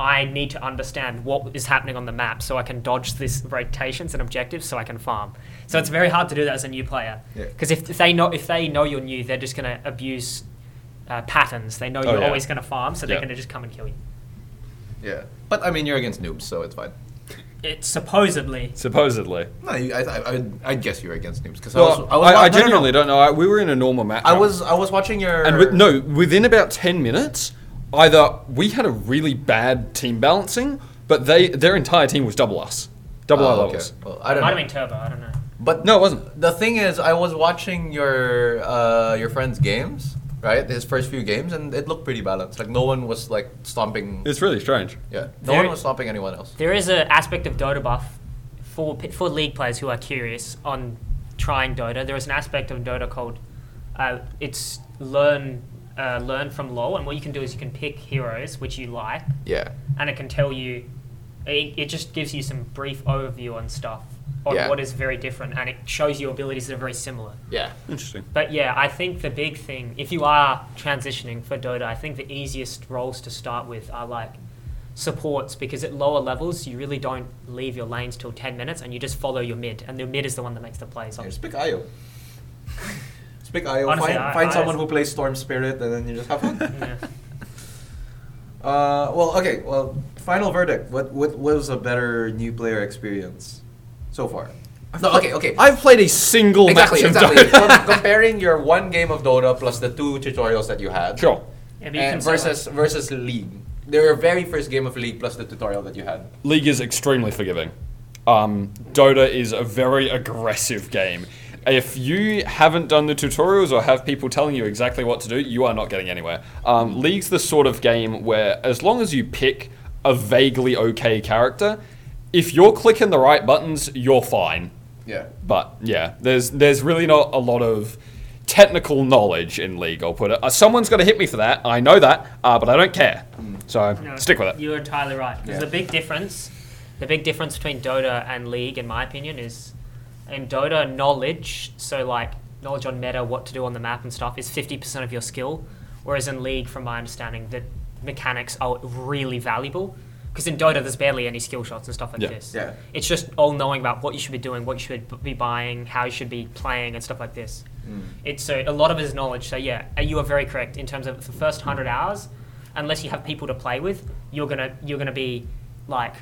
S3: I need to understand what is happening on the map so I can dodge this rotations and objectives so I can farm. So it's very hard to do that as a new player
S4: Yeah.
S3: because if, if they know if they know you're new, they're just going to abuse uh, patterns. They know
S1: Oh,
S3: you're
S1: yeah.
S3: always going to farm, so they're
S1: Yeah.
S3: going to just come and kill you.
S4: Yeah. But I mean, you're against noobs, so it's fine.
S5: It's supposedly.
S1: Supposedly.
S4: No, you, I, I, I'd, I'd guess you were against noobs because I
S1: Well,
S4: was.
S1: I,
S4: I, was
S1: I,
S4: wa- no, no,
S1: genuinely don't know. I, we were in a normal match.
S4: I was. I was watching your.
S1: And with, no, within about 10 minutes, either we had a really bad team balancing, but they their entire team was double us.
S4: Oh,
S1: Double our
S4: okay.
S1: levels.
S4: Well, I don't
S5: Might
S4: know.
S5: have been Turbo. I don't know.
S4: But
S1: No, it wasn't.
S4: The thing is, I was watching your uh, your friend's games, right? His first few games, and it looked pretty balanced. Like no one was like stomping.
S1: It's really strange.
S4: yeah, no
S3: Very-
S4: one was stomping anyone else.
S3: There is an aspect of Dota buff for p- for league players who are curious on trying Dota. There is an aspect of Dota called uh, it's learn uh, learn from LoL, and what you can do is you can pick heroes which you like,
S4: Yeah,
S3: and it can tell you. It, it just gives you some brief overview on stuff on
S4: Yeah.
S3: what is very different, and it shows you abilities that are very similar.
S4: yeah.
S1: Interesting.
S3: But yeah, I think the big thing, if you are transitioning for Dota, I think the easiest roles to start with are like supports because at lower levels you really don't leave your lanes till 10 minutes and you just follow your mid and the mid is the one that makes the plays.
S4: Just pick Io. Just pick Io.
S3: Honestly,
S4: find
S3: I-
S4: find
S3: I-
S4: someone who plays Storm Spirit, and then you just have fun.
S3: Yeah.
S4: uh,
S2: well, okay. Well, final verdict. What what what was a better new player experience so far?
S4: no, okay, okay.
S1: I've played a single
S4: exactly,
S1: match of
S4: exactly.
S1: Dota. [laughs]
S4: Com- comparing your one game of Dota plus the two tutorials that you had.
S1: Sure.
S5: Yeah, but you can
S4: And
S5: say, like,
S4: versus versus League. Their very first game of League plus the tutorial that you had.
S1: League is extremely forgiving. Um, Dota is a very aggressive game. If you haven't done the tutorials or have people telling you exactly what to do, you are not getting anywhere. Um, League's the sort of game where, as long as you pick a vaguely okay character, if you're clicking the right buttons, you're fine.
S4: Yeah.
S1: But yeah, there's there's really not a lot of technical knowledge in League. I'll put it. Uh, someone's going to hit me for that. I know that, uh, but I don't care. So
S5: No,
S1: stick with it.
S3: You're entirely right. Because
S4: Yeah.
S3: the big difference, the big difference between Dota and League, in my opinion, is in Dota knowledge. So like knowledge on meta, what to do on the map and stuff, is fifty percent of your skill. Whereas in League, from my understanding, the mechanics are really valuable. Because in Dota, there's barely any skill shots and stuff like
S1: Yeah.
S3: this.
S2: Yeah.
S3: It's just all knowing about what you should be doing, what you should b- be buying, how you should be playing, and stuff like this.
S4: Mm.
S3: It's so a lot of it is knowledge. So yeah, uh, you are very correct in terms of the first
S4: Mm.
S3: hundred hours. Unless you have people to play with, you're gonna you're gonna be like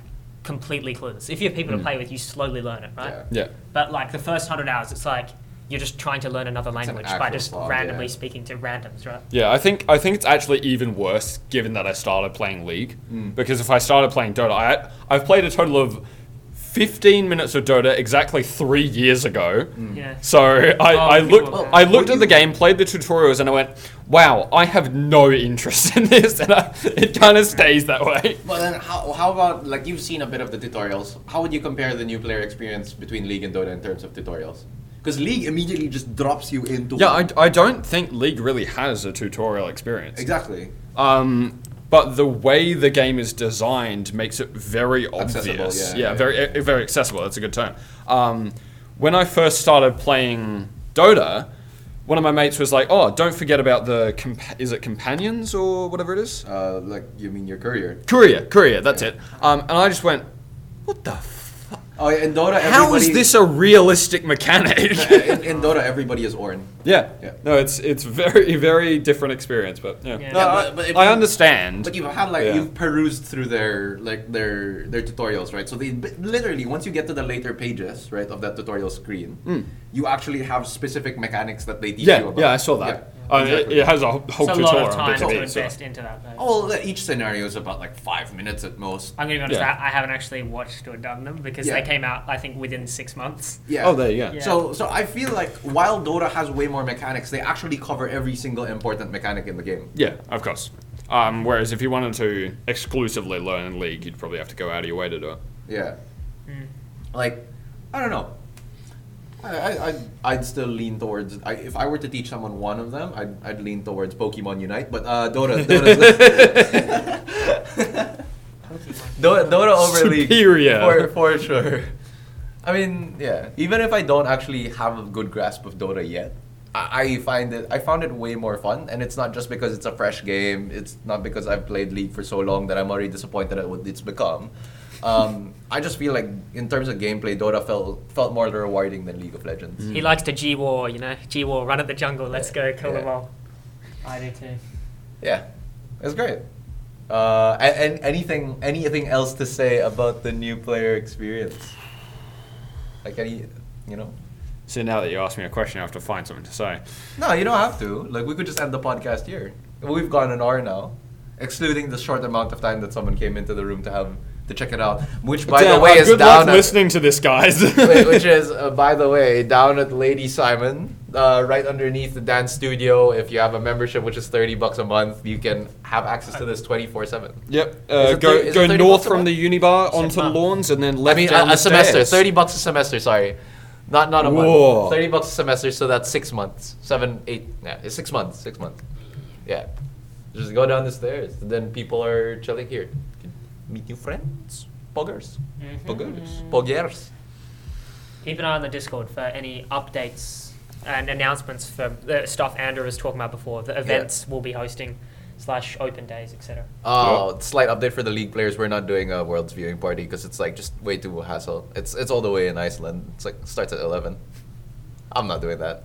S3: completely clueless. If you have people to play with, you slowly learn it, right?
S4: Mm. Yeah.
S1: Yeah.
S3: But like the first hundred hours, it's like you're just trying to learn another
S4: an
S3: language by
S4: actual
S3: just
S4: slog,
S3: randomly
S4: yeah.
S3: speaking to randoms, right?
S1: Yeah, I think I think it's actually even worse given that I started playing League because if I started playing Dota, I I've played a total of 15 minutes of Dota exactly 3 years ago.
S4: Mm.
S3: Yeah.
S1: So I, I
S3: Mm. people
S1: looked
S3: are bad.
S1: I looked at the game, played the tutorials and I went, "Wow, I have no interest [laughs] in this." And I, it kind of stays that way.
S4: Well, then, how, how about like you've seen a bit of the tutorials? How would you compare the new player experience between League and Dota in terms of tutorials?
S2: Because League immediately just drops you into.
S1: Yeah, I, I don't think League really has a tutorial experience.
S2: exactly.
S1: Um, but the way the game is designed makes it very obvious.
S4: Accessible, yeah, yeah,
S1: very eh, very accessible. That's a good term. Um, when I first started playing Dota, one of my mates was like, "Oh, don't forget about the comp- is it companions or whatever it is?
S4: Uh, like you mean your courier?
S1: Courier, courier. That's it." Um, and I just went, "What the? F-
S4: Oh, yeah, in Dota,
S1: how is this a realistic mechanic?"
S4: [laughs] in, in Dota, everybody is Orn.
S1: yeah.
S4: Yeah.
S1: No, it's it's very very different experience, but yeah.
S3: Yeah.
S4: No, but- but if
S1: I
S4: you-
S1: understand.
S4: But you've had like
S1: Yeah.
S4: you've perused through their like their their tutorials, right? So they but literally once you get to the later pages, right, of that tutorial screen, you actually have specific mechanics that they teach you
S1: Hmm. yeah,
S4: about.
S1: yeah, I saw that.
S4: Yeah,
S1: Uh, it-
S4: exactly.
S1: it, has a whole, whole
S3: it's a
S1: tutorial.
S3: lot of time
S1: dedicated
S3: to
S1: it.
S3: invest into that. Though.
S4: Oh, well, each scenario is about like five minutes at most.
S3: I'm gonna be honest,
S1: Yeah.
S3: I, I haven't actually watched or done them because
S4: Yeah.
S3: they came out, I think, within six months.
S4: Yeah.
S1: Oh, there you go.
S3: Yeah.
S4: So, so I feel like while Dota has way more mechanics, they actually cover every single important mechanic in the game.
S1: Yeah, of course. Um, whereas if you wanted to exclusively learn in League, you'd probably have to go out of your way to do it.
S4: Yeah. Like, I don't know. I, I, I'd, I'd still lean towards. I, if I were to teach someone one of them, I'd, I'd lean towards Pokemon Unite. But uh,
S1: [laughs]
S4: Dota, [laughs] Dota, Dota, Dota over
S1: Superior.
S4: League for for sure. I mean, yeah. Even if I don't actually have a good grasp of Dota yet, I, I find it. I found it way more fun, and it's not just because it's a fresh game. It's not because I've played League for so long that I'm already disappointed at what it's become. Um, [laughs] I just feel like in terms of gameplay, Dota felt felt more rewarding than League of Legends.
S3: He likes to G War, you know, G War, run at the jungle, let's go, kill
S4: Yeah.
S3: them all. I do too.
S4: Yeah, it's great. Uh, and, and anything anything else to say about the new player experience? Like any, you know?
S1: So now that you asked me a question, I have to find something to say.
S4: No, you don't have to. Like we could just end the podcast here. We've gone an hour now, excluding the short amount of time that someone came into the room to have to check it out. Which, by the
S1: Damn,
S4: way,
S1: uh,
S4: is
S1: good
S4: down.
S1: luck
S4: at-
S1: listening to this, guys.
S4: [laughs] Wait, which is, uh, by the way, down at Lady Simon, uh, right underneath the dance studio. If you have a membership, which is thirty bucks a month, you can have access to this twenty four seven.
S1: Yep.
S4: Is
S1: Uh,
S4: it thir-
S1: go
S4: is it
S1: go
S4: 30
S1: north
S4: bucks a
S1: from
S4: month?
S1: the Unibar onto
S5: month.
S1: lawns and then
S4: I
S1: left
S4: mean,
S1: down
S4: a, a
S1: the
S4: semester,
S1: stairs.
S4: thirty bucks a semester. Sorry, not not a
S1: Whoa.
S4: month. Thirty bucks a semester, so that's six months, seven, eight. Yeah, it's six months, six months. Yeah, just go down the stairs. Then people are chilling here. Meet new friends, poggers, poggers, poggers.
S3: Keep an eye on the Discord for any updates and announcements for the stuff Andrew was talking about before. The events we'll be hosting, slash open days, etc.
S4: Oh, slight update for the league players. We're not doing a world's viewing party because it's like just way too hassle. It's it's all the way in Iceland. It's like starts at eleven. I'm not doing that.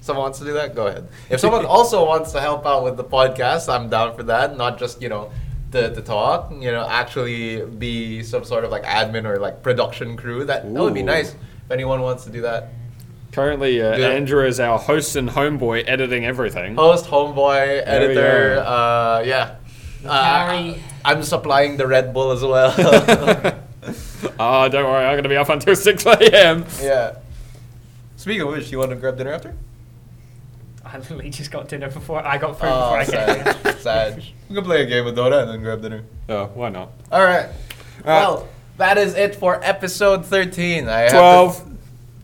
S4: Someone wants to do that? Go ahead. If someone also wants to help out with the podcast, I'm down for that. Not just you know the the talk. You know, actually be some sort of like admin or like production crew. That that would be
S1: Ooh.
S4: nice. If anyone wants to do that,
S1: Currently, uh,
S4: Yeah. Oh.
S1: Andrew is our host and homeboy, editing everything.
S4: host, homeboy,
S1: There we
S4: editor.
S1: go.
S4: Uh, yeah. Uh,
S3: Carry.
S4: I'm supplying the Red Bull as [laughs] well.
S1: [laughs] Ah, don't worry, I'm gonna be up until [laughs] six a.m.
S4: Yeah. Speaking of which, you want to grab dinner after?
S3: [laughs] I literally just got dinner before I got food before
S4: Oh,
S3: I came.
S4: [laughs]
S3: here.
S4: sad. sad. We can play a game of Dota and then grab dinner.
S1: Oh, why not?
S4: All right. well, that is it for episode 13. I have to-
S1: Twelve.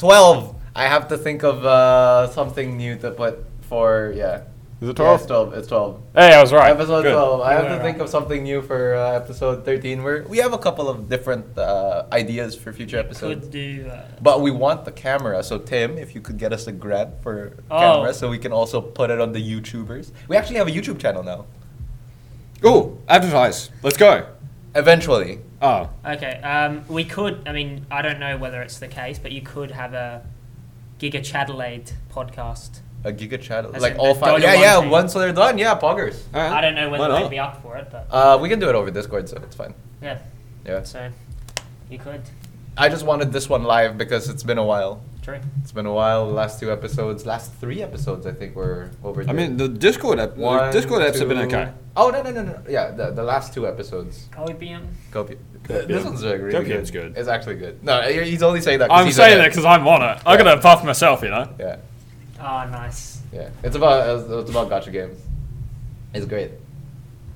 S4: 12. I have to think of uh, something new to put for, yeah.
S1: Is it
S4: Yeah,
S1: twelve?
S4: it's 12. It's 12.
S1: Hey, I was right.
S4: Episode
S1: Good.
S4: 12. I
S5: Yeah,
S4: have
S5: right,
S4: to think
S5: right.
S4: of something new for uh, episode 13. We're, we have a couple of different uh, ideas for future episodes.
S5: Could do. Uh,
S4: But we want the camera. So Tim, if you could get us a grant for
S5: Oh.
S4: camera, so we can also put it on the YouTubers. We actually have a YouTube channel now.
S1: Ooh, advertise. Let's go.
S4: Eventually,
S1: Oh,
S5: okay. Um, we could. I mean, I don't know whether it's the case, but you could have a Giga Chatelade podcast.
S4: a giga channel,
S5: That's
S4: like
S5: it,
S4: all
S5: the
S4: five.
S5: dollar
S4: Yeah,
S5: one
S4: yeah.
S5: thing.
S4: Once they're done, yeah, poggers.
S1: alright.
S5: I don't know whether
S1: Why
S5: they'd
S1: not?
S5: be up for it, but
S4: Uh, we can do it over Discord, so it's fine.
S5: yeah.
S4: Yeah.
S5: So you could.
S4: I just wanted this one live because it's been a while.
S5: True.
S4: It's been a while. The last two episodes, last three episodes, I think were over.
S1: I mean, the Discord app, the
S4: One,
S1: Discord apps have been
S4: two-
S1: okay.
S4: Oh no no no no! Yeah, the, the last two episodes.
S5: Copium.
S4: Copium.
S1: Copium.
S4: This one's like really
S1: Copium's
S4: good.
S1: good.
S4: It's actually good. No, he- he's only saying that. 'cause
S1: I'm
S4: he's
S1: saying
S4: on
S1: that
S4: it.
S1: because I'm on it. I'm
S4: Yeah.
S1: gonna buff myself, you know.
S4: Yeah,
S5: Oh, nice.
S4: yeah. It's about uh, it's about gotcha games. It's great.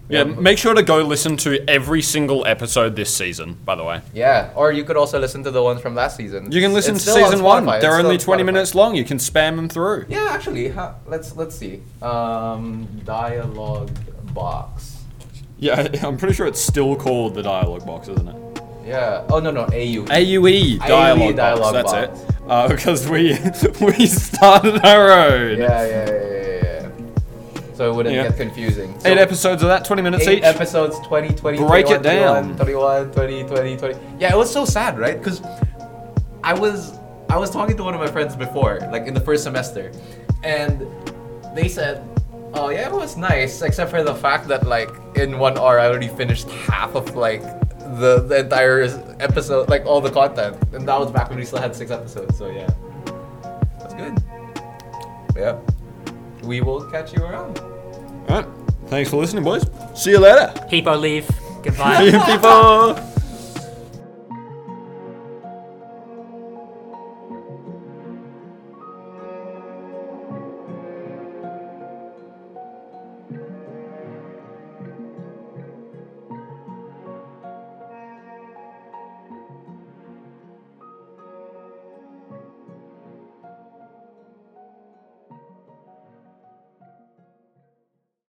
S1: Yeah, make sure to go listen to every single episode this season, by the way.
S4: Yeah, or you could also listen to the ones from last season.
S1: You can
S4: It's
S1: listen to
S4: still on
S1: season one.
S4: Spotify. It's
S1: They're
S4: still
S1: only
S4: on
S1: 20
S4: Spotify.
S1: minutes long. You can spam them through.
S4: Yeah, actually, ha- let's let's see. Um, dialogue box.
S1: Yeah, [laughs] I'm pretty sure it's still called the dialogue box, isn't it?
S4: Yeah. Oh no no AU.
S1: AUE dialogue, box.
S4: E dialogue
S1: That's
S4: box.
S1: it. Uh, [laughs] because we we started our own.
S4: Yeah, yeah, yeah, yeah, yeah. So it wouldn't
S1: Yeah.
S4: get confusing. So
S1: Eight episodes of that, 20 minutes
S4: eight
S1: each.
S4: episodes 20 20
S1: Break it down.
S4: 21, 21, 21 20 20 20 yeah it was so sad right because i was i was talking to one of my friends before like in the first semester and they said oh yeah it was nice except for the fact that like in one hour i already finished half of like the, the entire episode like all the content and that was back when we still had six episodes so yeah that's good yeah we will catch you around
S1: All right. Thanks for listening, boys. See you later. [laughs]
S3: People leave. Goodbye.
S1: See you people.